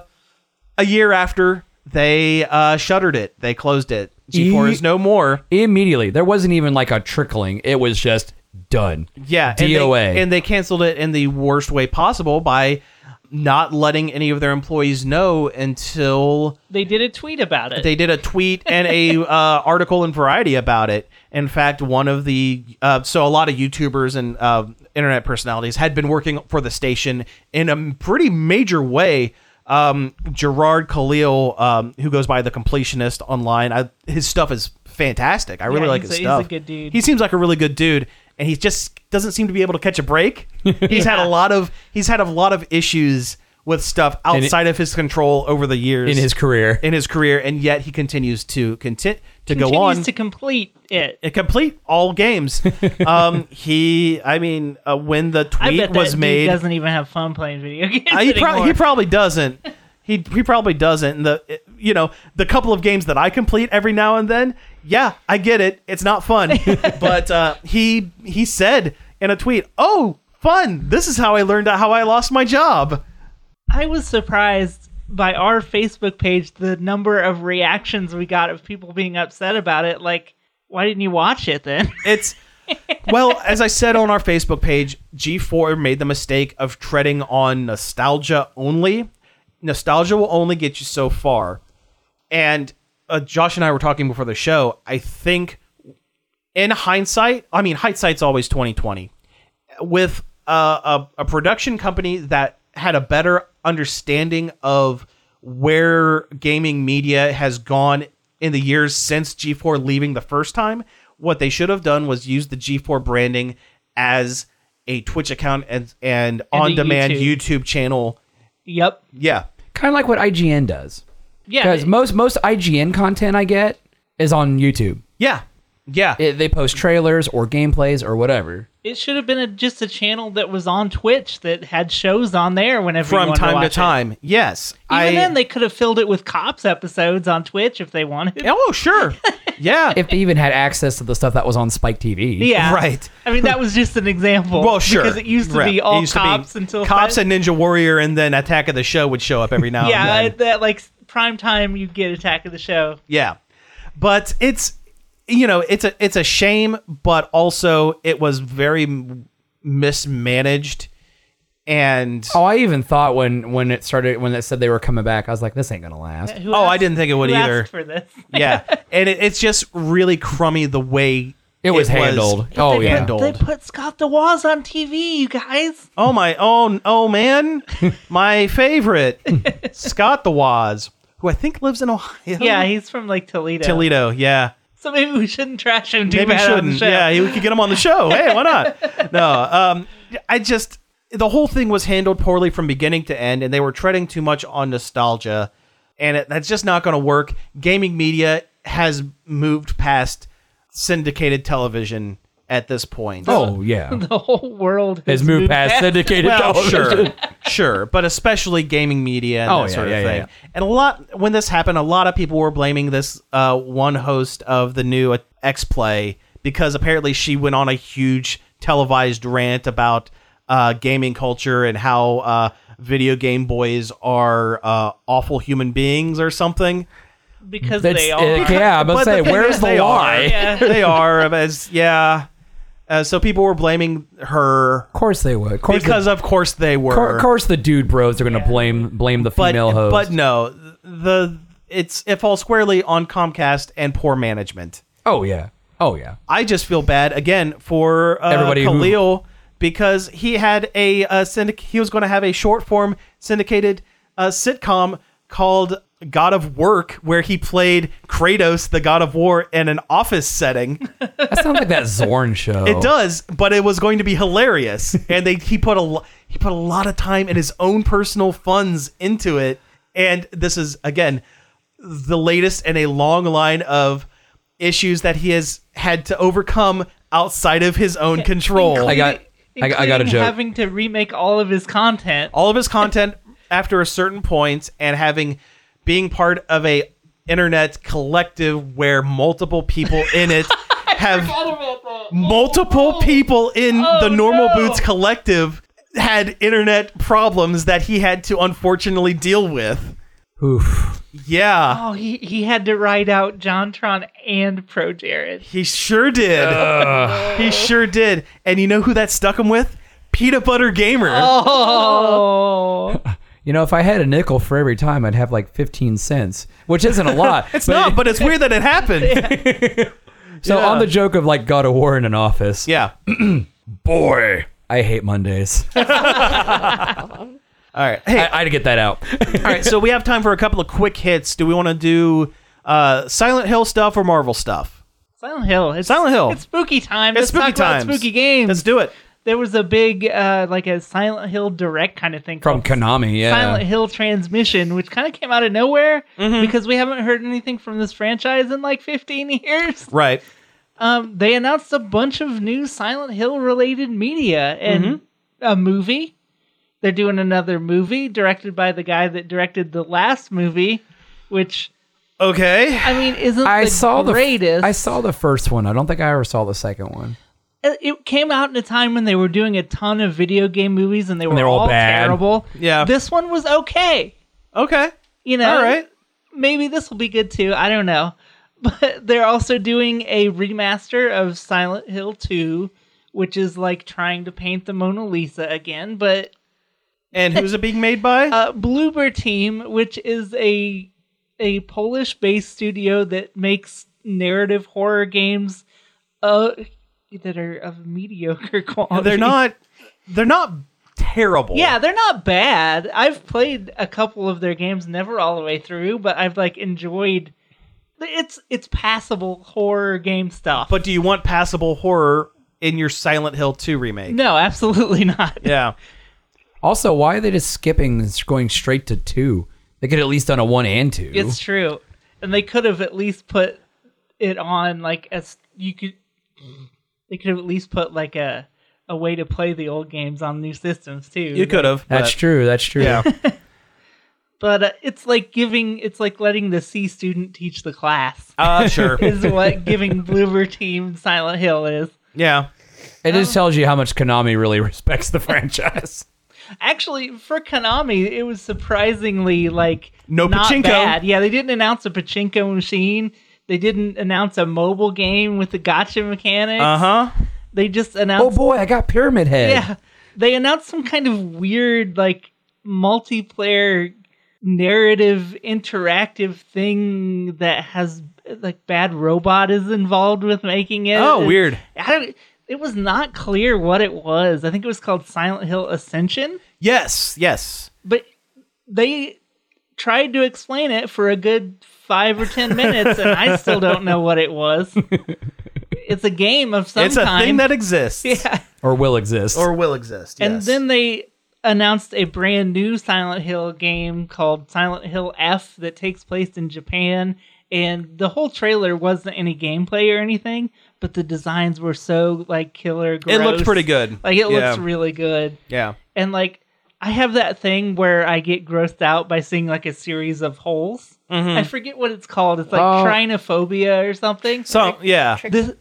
[SPEAKER 1] a year after they uh, shuttered it, they closed it. G4
[SPEAKER 3] E-
[SPEAKER 1] is no more.
[SPEAKER 3] Immediately, there wasn't even like a trickling. It was just done.
[SPEAKER 1] Yeah, and they-
[SPEAKER 3] DOA.
[SPEAKER 1] And they, canceled it in the worst way possible by not letting any of their employees know until
[SPEAKER 2] they did a tweet about it.
[SPEAKER 1] they did a tweet and a uh, article in Variety about it. In fact, one of the uh, so a lot of YouTubers and uh, internet personalities had been working for the station in a pretty major way. Um, Gerard Khalil, um, who goes by the Completionist online, I, his stuff is fantastic. I really
[SPEAKER 2] Yeah,
[SPEAKER 1] like
[SPEAKER 2] he's
[SPEAKER 1] his
[SPEAKER 2] a- he's a
[SPEAKER 1] stuff.
[SPEAKER 2] good dude.
[SPEAKER 1] He seems like a really good dude, and he just doesn't seem to be able to catch a break. He's had a lot of he's had a lot of issues with stuff
[SPEAKER 3] it-
[SPEAKER 1] outside of his control over the years
[SPEAKER 3] in his career.
[SPEAKER 1] in his career, and yet he continues to content to
[SPEAKER 2] Continues
[SPEAKER 1] go on
[SPEAKER 2] to complete it.
[SPEAKER 1] and complete all games. um, he, I mean, uh, when the
[SPEAKER 2] I
[SPEAKER 1] tweet
[SPEAKER 2] bet that
[SPEAKER 1] was
[SPEAKER 2] dude
[SPEAKER 1] made,
[SPEAKER 2] doesn't even have fun playing video games
[SPEAKER 1] uh, he, prob-
[SPEAKER 2] anymore.
[SPEAKER 1] he probably doesn't. He he probably doesn't. And the you know the couple of games that I complete every now and then, yeah, I get it. It's not fun, but uh, he he said in a tweet, "Oh, fun! This is how I learned how I lost my job."
[SPEAKER 2] I was surprised by our Facebook page the number of reactions we got of people being upset about it. Like, why didn't you watch it then?
[SPEAKER 1] It's well, as I said on our Facebook page, G4 made the mistake of treading on nostalgia only. Nostalgia will only get you so far. And uh, Josh and I were talking before the show. I think, in hindsight, I mean, hindsight's always twenty twenty. With uh, a a production company that had a better understanding of where gaming media has gone in the years since G4 leaving the first time, what they should have done was use the G4 branding as a Twitch account and and,
[SPEAKER 2] a
[SPEAKER 1] on demand
[SPEAKER 2] YouTube.
[SPEAKER 1] YouTube. channel.
[SPEAKER 2] yep.
[SPEAKER 1] Yeah.
[SPEAKER 3] Kind of like what IGN does.
[SPEAKER 2] Yeah.
[SPEAKER 3] Because most most IGN content I get is on YouTube.
[SPEAKER 1] Yeah. Yeah.
[SPEAKER 3] It, they post trailers or gameplays or whatever.
[SPEAKER 2] It should have been a, just a channel that was on Twitch that had shows on there whenever you
[SPEAKER 1] From
[SPEAKER 2] wanted
[SPEAKER 1] time to,
[SPEAKER 2] watch it.
[SPEAKER 1] time. Yes.
[SPEAKER 2] Even
[SPEAKER 1] I
[SPEAKER 2] then, they could have filled it with cops episodes on Twitch if they wanted.
[SPEAKER 1] Oh, sure. yeah.
[SPEAKER 3] If they even had access to the stuff that was on Spike TV.
[SPEAKER 2] Yeah,
[SPEAKER 1] Right.
[SPEAKER 2] I mean, that was just an example.
[SPEAKER 1] Well, sure.
[SPEAKER 2] because it used to
[SPEAKER 1] Right.
[SPEAKER 2] be
[SPEAKER 1] It
[SPEAKER 2] all
[SPEAKER 1] used to be
[SPEAKER 2] cops until
[SPEAKER 1] cops and Ninja Warrior, and then Attack of the Show would show up every now
[SPEAKER 2] yeah,
[SPEAKER 1] and then.
[SPEAKER 2] at that like prime time you get Attack of the Show.
[SPEAKER 1] Yeah. But it's you know, it's a it's a shame, but also it was very m- mismanaged and
[SPEAKER 3] Oh, I even thought when when it started when it said they were coming back, I was like, this ain't gonna last.
[SPEAKER 2] Who
[SPEAKER 1] Oh, I
[SPEAKER 2] asked-
[SPEAKER 1] didn't think it would
[SPEAKER 2] who
[SPEAKER 1] either.
[SPEAKER 2] asked for this.
[SPEAKER 1] yeah. And it, it's just really crummy the way
[SPEAKER 3] It was handled. Oh
[SPEAKER 2] they
[SPEAKER 3] yeah.
[SPEAKER 1] handled.
[SPEAKER 2] put, they put Scott DeWaz on TV, you guys.
[SPEAKER 1] Oh my oh oh man. My favorite Scott the Waz, who I think lives in Ohio.
[SPEAKER 2] Yeah, he's from like Toledo.
[SPEAKER 1] Toledo, yeah.
[SPEAKER 2] So maybe we shouldn't trash him too
[SPEAKER 1] Maybe we
[SPEAKER 2] bad on the
[SPEAKER 1] shouldn't.
[SPEAKER 2] show.
[SPEAKER 1] Yeah, we could get him on the show. Hey, why not? No, um, I just the whole thing was handled poorly from beginning to end, and they were treading too much on nostalgia, and it, that's just not going to work. Gaming media has moved past syndicated television at this point.
[SPEAKER 3] Oh yeah.
[SPEAKER 2] the whole world
[SPEAKER 3] Has moved past syndicated
[SPEAKER 1] Well,
[SPEAKER 3] television.
[SPEAKER 1] sure, sure, but especially gaming media and
[SPEAKER 3] Oh,
[SPEAKER 1] that
[SPEAKER 3] yeah,
[SPEAKER 1] sort of
[SPEAKER 3] yeah, yeah,
[SPEAKER 1] thing. And a lot when this happened, a lot of people were blaming this uh, one host of the new X Play because apparently she went on a huge televised rant about uh, gaming culture and how uh, video game boys are uh, awful human beings or something.
[SPEAKER 2] because
[SPEAKER 3] That's-
[SPEAKER 2] they
[SPEAKER 3] uh,
[SPEAKER 2] are.
[SPEAKER 3] yeah, I'm
[SPEAKER 1] But
[SPEAKER 3] about
[SPEAKER 1] the
[SPEAKER 3] to say,
[SPEAKER 1] thing
[SPEAKER 3] where's
[SPEAKER 1] is,
[SPEAKER 3] the
[SPEAKER 1] they
[SPEAKER 3] lie?
[SPEAKER 1] Are,
[SPEAKER 2] Yeah.
[SPEAKER 1] they are as yeah. Uh, so people were blaming her
[SPEAKER 3] Of course they would. Of course,
[SPEAKER 1] because
[SPEAKER 3] the,
[SPEAKER 1] of course they were.
[SPEAKER 3] of course the dude bros are gonna blame blame the
[SPEAKER 1] but
[SPEAKER 3] female host.
[SPEAKER 1] but no, the it's it falls squarely on Comcast and poor management.
[SPEAKER 3] oh yeah. Oh yeah.
[SPEAKER 1] I just feel bad again for uh,
[SPEAKER 3] Everybody who-
[SPEAKER 1] Khalil because he had a, uh syndic- he was going to have a short form syndicated uh, sitcom called God of Work where he played Kratos the God of War in an office setting.
[SPEAKER 3] That sounds like that Zorn show.
[SPEAKER 1] It does, but it was going to be hilarious, and they he put a lo- he put a lot of time and his own personal funds into it, and this is again the latest in a long line of issues that he has had to overcome outside of his own control.
[SPEAKER 3] I got I, got- I got a
[SPEAKER 2] Including
[SPEAKER 3] joke.
[SPEAKER 2] Having to remake all of his content.
[SPEAKER 1] all of his content after a certain point and having being part of a internet collective where multiple people in it have multiple people in the normal
[SPEAKER 2] Oh, no.
[SPEAKER 1] boots collective had internet problems that he had to unfortunately deal with
[SPEAKER 3] Oof.
[SPEAKER 1] yeah
[SPEAKER 2] Oh, he, he had to ride out JonTron and Pro Jared.
[SPEAKER 1] he sure did he sure did and you know who that stuck him with peanut butter gamer
[SPEAKER 2] Oh,
[SPEAKER 3] You know, if I had a nickel for every time, I'd have like 15 cents, which isn't a lot.
[SPEAKER 1] it's not but it's weird that it happened
[SPEAKER 3] so
[SPEAKER 1] yeah.
[SPEAKER 3] on the joke of like God of War in an office.
[SPEAKER 1] yeah all
[SPEAKER 3] Boy, I hate Mondays. I,
[SPEAKER 1] right hey
[SPEAKER 3] I had to get that out.
[SPEAKER 1] All right, so we have time for a couple of quick hits. Do we want to do uh, Silent Hill stuff or Marvel stuff?
[SPEAKER 2] Silent Hill. It's
[SPEAKER 1] Silent Hill.
[SPEAKER 2] It's spooky time.
[SPEAKER 1] It's
[SPEAKER 2] Let's
[SPEAKER 1] spooky
[SPEAKER 2] talk about
[SPEAKER 1] times.
[SPEAKER 2] Spooky games.
[SPEAKER 1] Let's do it.
[SPEAKER 2] there was a big uh like a Silent Hill direct kind of thing
[SPEAKER 3] From
[SPEAKER 2] called
[SPEAKER 3] Konami, yeah.
[SPEAKER 2] Silent Hill Transmission, which kind of came out of nowhere
[SPEAKER 1] Mm-hmm.
[SPEAKER 2] because we haven't heard anything from this franchise in like 15 years.
[SPEAKER 1] Right.
[SPEAKER 2] Um, they announced
[SPEAKER 1] Mm-hmm.
[SPEAKER 2] a bunch of new Silent Hill related media and a movie. They're doing another movie directed by the guy that directed the last movie, which
[SPEAKER 1] Okay.
[SPEAKER 2] I mean isn't
[SPEAKER 3] I
[SPEAKER 2] the
[SPEAKER 3] saw the
[SPEAKER 2] greatest.
[SPEAKER 3] I saw the first one. I don't think I ever saw the second one.
[SPEAKER 2] it it came out in a time when they were doing a ton of video game movies and they were,
[SPEAKER 3] they were all
[SPEAKER 2] all,
[SPEAKER 3] bad.
[SPEAKER 2] terrible.
[SPEAKER 1] Yeah.
[SPEAKER 2] This one was okay.
[SPEAKER 1] Okay.
[SPEAKER 2] You know,
[SPEAKER 1] All right.
[SPEAKER 2] maybe this will be good too. I don't know. But they're also doing a remaster of Silent Hill 2, which is like trying to paint the Mona Lisa again, but
[SPEAKER 1] And who's it being made by?
[SPEAKER 2] uh, Bloober Team, which is a a Polish based studio that makes narrative horror games uh, that are of mediocre quality.
[SPEAKER 1] they're not. They're not terrible.
[SPEAKER 2] Yeah, they're not bad. I've played a couple of their games, never all the way through, but I've like enjoyed. It's it's passable horror game stuff.
[SPEAKER 1] But do you want passable horror in your Silent Hill 2 remake?
[SPEAKER 2] no, absolutely not.
[SPEAKER 1] Yeah.
[SPEAKER 3] Also, why are they just skipping and going straight to two? They could at least done a one and two.
[SPEAKER 2] It's true, and they could have at least put it on like as you could. They could have at least put like a a way to play the old games on new systems too.
[SPEAKER 1] You could have.
[SPEAKER 3] that's true. That's true.
[SPEAKER 1] Yeah.
[SPEAKER 2] but uh, it's like giving. It's like letting the C student teach the class.
[SPEAKER 1] Uh, sure.
[SPEAKER 2] is what giving Bloober Team Silent Hill is.
[SPEAKER 1] Yeah.
[SPEAKER 3] It just tells you how much Konami really respects the franchise.
[SPEAKER 2] Actually, for Konami, it was surprisingly like
[SPEAKER 1] No
[SPEAKER 2] not
[SPEAKER 1] pachinko.
[SPEAKER 2] Bad. Yeah, they didn't announce a pachinko machine. They didn't announce a mobile game with the gotcha mechanics.
[SPEAKER 1] Uh huh.
[SPEAKER 2] They just
[SPEAKER 3] oh
[SPEAKER 2] announced.
[SPEAKER 3] boy, I got Pyramid Head.
[SPEAKER 2] yeah, they announced some kind of weird like multiplayer narrative interactive thing that has like bad robot is involved with making it.
[SPEAKER 1] Oh,
[SPEAKER 2] It-
[SPEAKER 1] weird.
[SPEAKER 2] I don't. It was not clear what it was. I think it was called Silent Hill Ascension,
[SPEAKER 1] Yes. Yes.
[SPEAKER 2] but they tried to explain it for a good five or ten minutes, and I still don't know what it was. It's a game of some
[SPEAKER 1] It's a
[SPEAKER 2] kind,
[SPEAKER 1] thing that exists
[SPEAKER 2] yeah.
[SPEAKER 3] Or will exist.
[SPEAKER 1] or will exist.
[SPEAKER 2] And
[SPEAKER 1] yes.
[SPEAKER 2] then they announced a brand new Silent Hill game called Silent Hill F that takes place in Japan. And the whole trailer wasn't any gameplay or anything, but the designs were so like killer. Gross.
[SPEAKER 1] it looked pretty good.
[SPEAKER 2] Like it
[SPEAKER 1] yeah.
[SPEAKER 2] looks really good.
[SPEAKER 1] Yeah.
[SPEAKER 2] And like I have that thing where I get grossed out by seeing like a series of holes.
[SPEAKER 1] Mm-hmm.
[SPEAKER 2] I forget what it's called. It's like
[SPEAKER 3] Oh.
[SPEAKER 2] trinophobia or something.
[SPEAKER 1] So yeah.
[SPEAKER 2] this,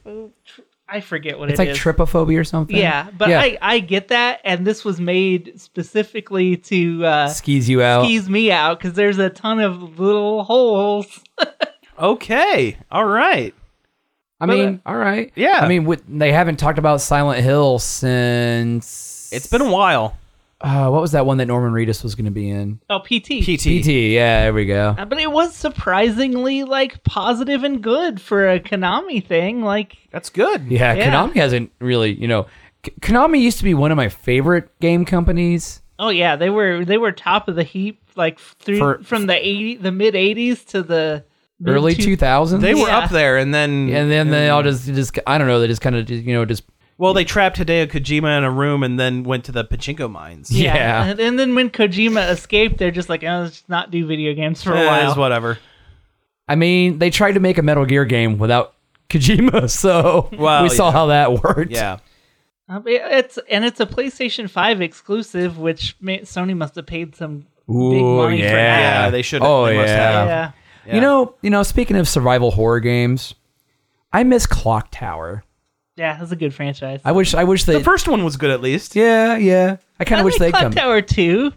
[SPEAKER 2] I forget what
[SPEAKER 3] it's like trypophobia or something.
[SPEAKER 2] Yeah, but
[SPEAKER 3] Yeah.
[SPEAKER 2] I I get that and this was made specifically to uh
[SPEAKER 3] skis you out.
[SPEAKER 2] tease me out cuz there's a ton of little holes.
[SPEAKER 1] Okay. All right.
[SPEAKER 3] I mean, all right.
[SPEAKER 1] Yeah.
[SPEAKER 3] I mean, with, they haven't talked about Silent Hill since.
[SPEAKER 1] It's been a while.
[SPEAKER 3] Uh, what was that one that Norman Reedus was going to be in?
[SPEAKER 2] Oh, PT.
[SPEAKER 1] PT.
[SPEAKER 3] PT. Yeah, there we go.
[SPEAKER 2] Uh, But it was surprisingly like positive and good for a Konami thing. Like
[SPEAKER 1] That's good.
[SPEAKER 3] Yeah,
[SPEAKER 2] Yeah.
[SPEAKER 3] Konami hasn't really, you know, K- Konami used to be one of my favorite game companies.
[SPEAKER 2] Oh yeah, they were they were top of the heap like through
[SPEAKER 3] For-
[SPEAKER 2] from the eighty the mid eighties to the mid
[SPEAKER 3] Early
[SPEAKER 2] two-
[SPEAKER 3] two thousands,
[SPEAKER 1] They were
[SPEAKER 2] Yeah.
[SPEAKER 1] up there, and then
[SPEAKER 3] and then they all just just I don't know. They just kind of you know just
[SPEAKER 1] well, they trapped Hideo Kojima in a room, and then went to the pachinko mines.
[SPEAKER 2] yeah.
[SPEAKER 3] Yeah.
[SPEAKER 2] And, and then when Kojima escaped, they're just like, oh, let's not do video games for a
[SPEAKER 1] Eh,
[SPEAKER 2] while.
[SPEAKER 1] it's whatever.
[SPEAKER 3] I mean they tried to make a Metal Gear game without Kojima, so
[SPEAKER 1] Well,
[SPEAKER 3] we saw
[SPEAKER 1] yeah.
[SPEAKER 3] how that worked.
[SPEAKER 1] Yeah.
[SPEAKER 2] Um, it- it's and it's a PlayStation Five exclusive, which ma- Sony must have paid some big
[SPEAKER 3] Ooh,
[SPEAKER 2] money for that.
[SPEAKER 1] Yeah. They should.
[SPEAKER 3] Oh,
[SPEAKER 1] they must
[SPEAKER 3] yeah.
[SPEAKER 1] have.
[SPEAKER 2] Yeah.
[SPEAKER 1] Yeah.
[SPEAKER 3] You know, you know. Speaking of survival horror games, I miss Clock Tower.
[SPEAKER 2] Yeah, that's a good franchise.
[SPEAKER 3] I wish. I wish they.
[SPEAKER 1] The first one was good, at least.
[SPEAKER 3] yeah, yeah. I kind
[SPEAKER 2] I
[SPEAKER 3] of wish
[SPEAKER 2] like
[SPEAKER 3] they'd
[SPEAKER 2] Clock
[SPEAKER 3] come.
[SPEAKER 2] Tower Two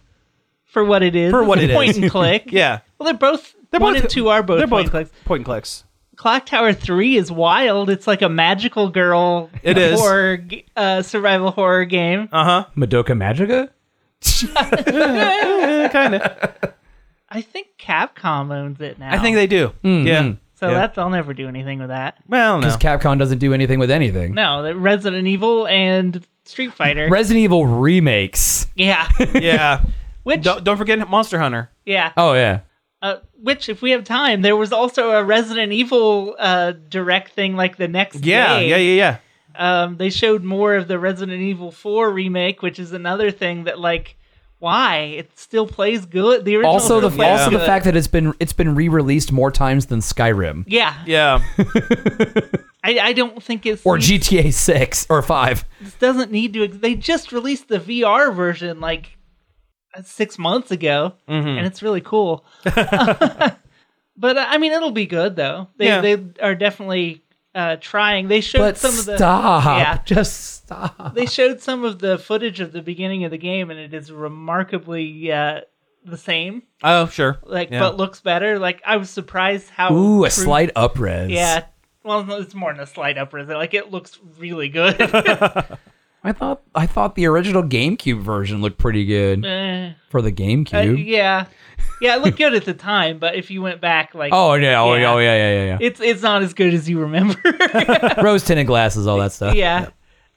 [SPEAKER 2] for what it is.
[SPEAKER 1] For what it
[SPEAKER 2] It's a point
[SPEAKER 1] is.
[SPEAKER 2] and click.
[SPEAKER 1] Yeah.
[SPEAKER 2] Well, they're both
[SPEAKER 1] They're
[SPEAKER 2] one
[SPEAKER 1] both-
[SPEAKER 2] and two are both
[SPEAKER 1] They're
[SPEAKER 2] point
[SPEAKER 1] both
[SPEAKER 2] and clicks.
[SPEAKER 1] point and clicks.
[SPEAKER 2] Clock Tower Three is wild. It's like a magical girl
[SPEAKER 1] It is.
[SPEAKER 2] horror g- uh, survival horror game.
[SPEAKER 1] Uh
[SPEAKER 3] Madoka Magica.
[SPEAKER 1] huh. kind of.
[SPEAKER 2] I think Capcom owns it now.
[SPEAKER 1] I think they do. Yeah.
[SPEAKER 2] so
[SPEAKER 1] yeah.
[SPEAKER 2] that they'll never do anything with that.
[SPEAKER 1] Well, no.
[SPEAKER 3] Because Capcom doesn't do anything with anything.
[SPEAKER 2] No, the Resident Evil and Street Fighter.
[SPEAKER 3] Resident Evil remakes.
[SPEAKER 2] yeah,
[SPEAKER 1] yeah.
[SPEAKER 2] which
[SPEAKER 1] Don't, don't forget Monster Hunter.
[SPEAKER 2] yeah,
[SPEAKER 3] Oh yeah.
[SPEAKER 2] uh, which if we have time, there was also a Resident Evil uh, direct thing like the next
[SPEAKER 1] Yeah.
[SPEAKER 2] day.
[SPEAKER 1] Yeah. Yeah. Yeah.
[SPEAKER 2] Um, they showed more of the Resident Evil Four remake, which is another thing that like. Why it still plays good? The original
[SPEAKER 3] Also the
[SPEAKER 2] still plays
[SPEAKER 3] also the
[SPEAKER 2] good.
[SPEAKER 3] fact that it's been it's been re-released more times than Skyrim
[SPEAKER 2] Yeah,
[SPEAKER 1] Yeah.
[SPEAKER 2] I, I don't think it's
[SPEAKER 3] or
[SPEAKER 2] it
[SPEAKER 3] GTA 6 or 5.
[SPEAKER 2] doesn't need to. ex- They just released the VR version like uh, six months ago,
[SPEAKER 3] Mm-hmm.
[SPEAKER 2] and it's really cool. but uh, I mean, it'll be good though. They
[SPEAKER 1] Yeah.
[SPEAKER 2] they are definitely uh, trying. They showed
[SPEAKER 3] But
[SPEAKER 2] some of the
[SPEAKER 3] stop.
[SPEAKER 2] Yeah.
[SPEAKER 3] Just stop.
[SPEAKER 2] they showed some of the footage of the beginning of the game, and it is remarkably uh, the same.
[SPEAKER 1] Oh, sure.
[SPEAKER 2] Like,
[SPEAKER 1] Yeah.
[SPEAKER 2] but looks better. Like, I was surprised how
[SPEAKER 3] Ooh, a
[SPEAKER 2] crude-
[SPEAKER 3] slight upres.
[SPEAKER 2] Yeah. Well, no, it's more than a slight up, is it? Like, it looks really good.
[SPEAKER 3] I thought I thought the original GameCube version looked pretty good
[SPEAKER 2] Eh.
[SPEAKER 3] for the
[SPEAKER 2] Uh,
[SPEAKER 3] GameCube.
[SPEAKER 2] yeah, yeah, it looked good at the time, but if you went back, like,
[SPEAKER 3] Oh yeah, oh yeah,
[SPEAKER 2] Yeah.
[SPEAKER 3] oh yeah, yeah, yeah. yeah.
[SPEAKER 2] it's it's not as good as you remember.
[SPEAKER 3] Rose tinted glasses, all that stuff.
[SPEAKER 2] yeah.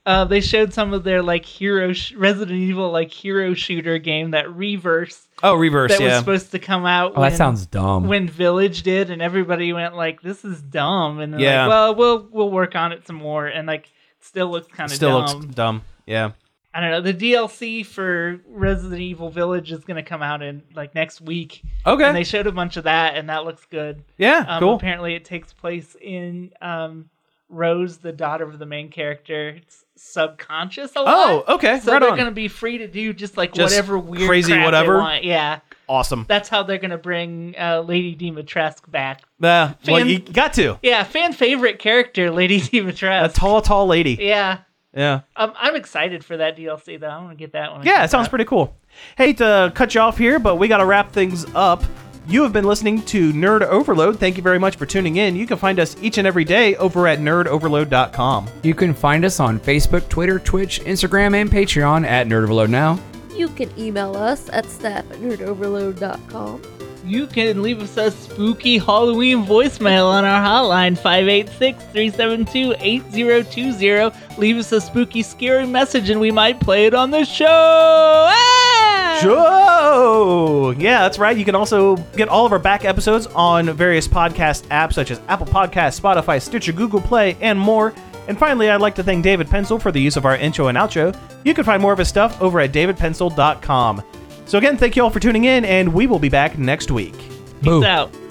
[SPEAKER 2] Uh, they showed some of their like hero sh- Resident Evil like hero shooter game that reverse
[SPEAKER 1] Oh, reverse.
[SPEAKER 2] that was
[SPEAKER 1] yeah.
[SPEAKER 2] supposed to come out.
[SPEAKER 3] Oh, that sounds dumb.
[SPEAKER 2] when Village did, and everybody went like, "This is dumb," and they're
[SPEAKER 1] Yeah.
[SPEAKER 2] like, "Well, we'll we'll work on it some more," and like, still looks kind of
[SPEAKER 1] Still
[SPEAKER 2] dumb.
[SPEAKER 1] looks dumb. Yeah.
[SPEAKER 2] I don't know. The DLC for Resident Evil Village is going to come out in like next week,
[SPEAKER 1] Okay.
[SPEAKER 2] and they showed a bunch of that, and that looks good.
[SPEAKER 1] yeah.
[SPEAKER 2] Um,
[SPEAKER 1] cool.
[SPEAKER 2] Apparently, it takes place in um, Rose, the daughter of the main character. It's subconscious a lot.
[SPEAKER 1] Oh, okay.
[SPEAKER 2] So
[SPEAKER 1] right
[SPEAKER 2] they're
[SPEAKER 1] on.
[SPEAKER 2] going to be free to do just like
[SPEAKER 1] Just
[SPEAKER 2] whatever weird,
[SPEAKER 1] crazy
[SPEAKER 2] crap they
[SPEAKER 1] whatever?
[SPEAKER 2] want. Yeah,
[SPEAKER 1] awesome.
[SPEAKER 2] that's how they're going to bring uh, Lady Dimitrescu back.
[SPEAKER 1] Yeah. well,
[SPEAKER 2] Fan-
[SPEAKER 1] you got to
[SPEAKER 2] Yeah, fan favorite character, Lady Dimitrescu.
[SPEAKER 1] a tall, tall lady.
[SPEAKER 2] yeah,
[SPEAKER 1] Yeah.
[SPEAKER 2] um, I'm excited for that DLC though. I'm going to get that one.
[SPEAKER 1] Yeah. It sounds pretty cool. Hate to cut you off here, but we got to wrap things up. You have been listening to Nerd Overload. Thank you very much for tuning in. You can find us each and every day over at nerdoverload.com.
[SPEAKER 3] You can find us on Facebook, Twitter, Twitch, Instagram, and Patreon at Nerd Overload Now.
[SPEAKER 4] You can email us at staff at nerdoverload.com.
[SPEAKER 2] You can leave us a spooky Halloween voicemail on our hotline 586 372 8020. Leave us a spooky, scary message and we might play it on the show. Ah!
[SPEAKER 1] Joe! Yeah, that's right. You can also get all of our back episodes on various podcast apps such as Apple Podcasts, Spotify, Stitcher, Google Play, and more. And finally, I'd like to thank David Pencil for the use of our intro and outro. You can find more of his stuff over at davidpencil.com. So, again, thank you all for tuning in, and we will be back next week.
[SPEAKER 2] Peace out.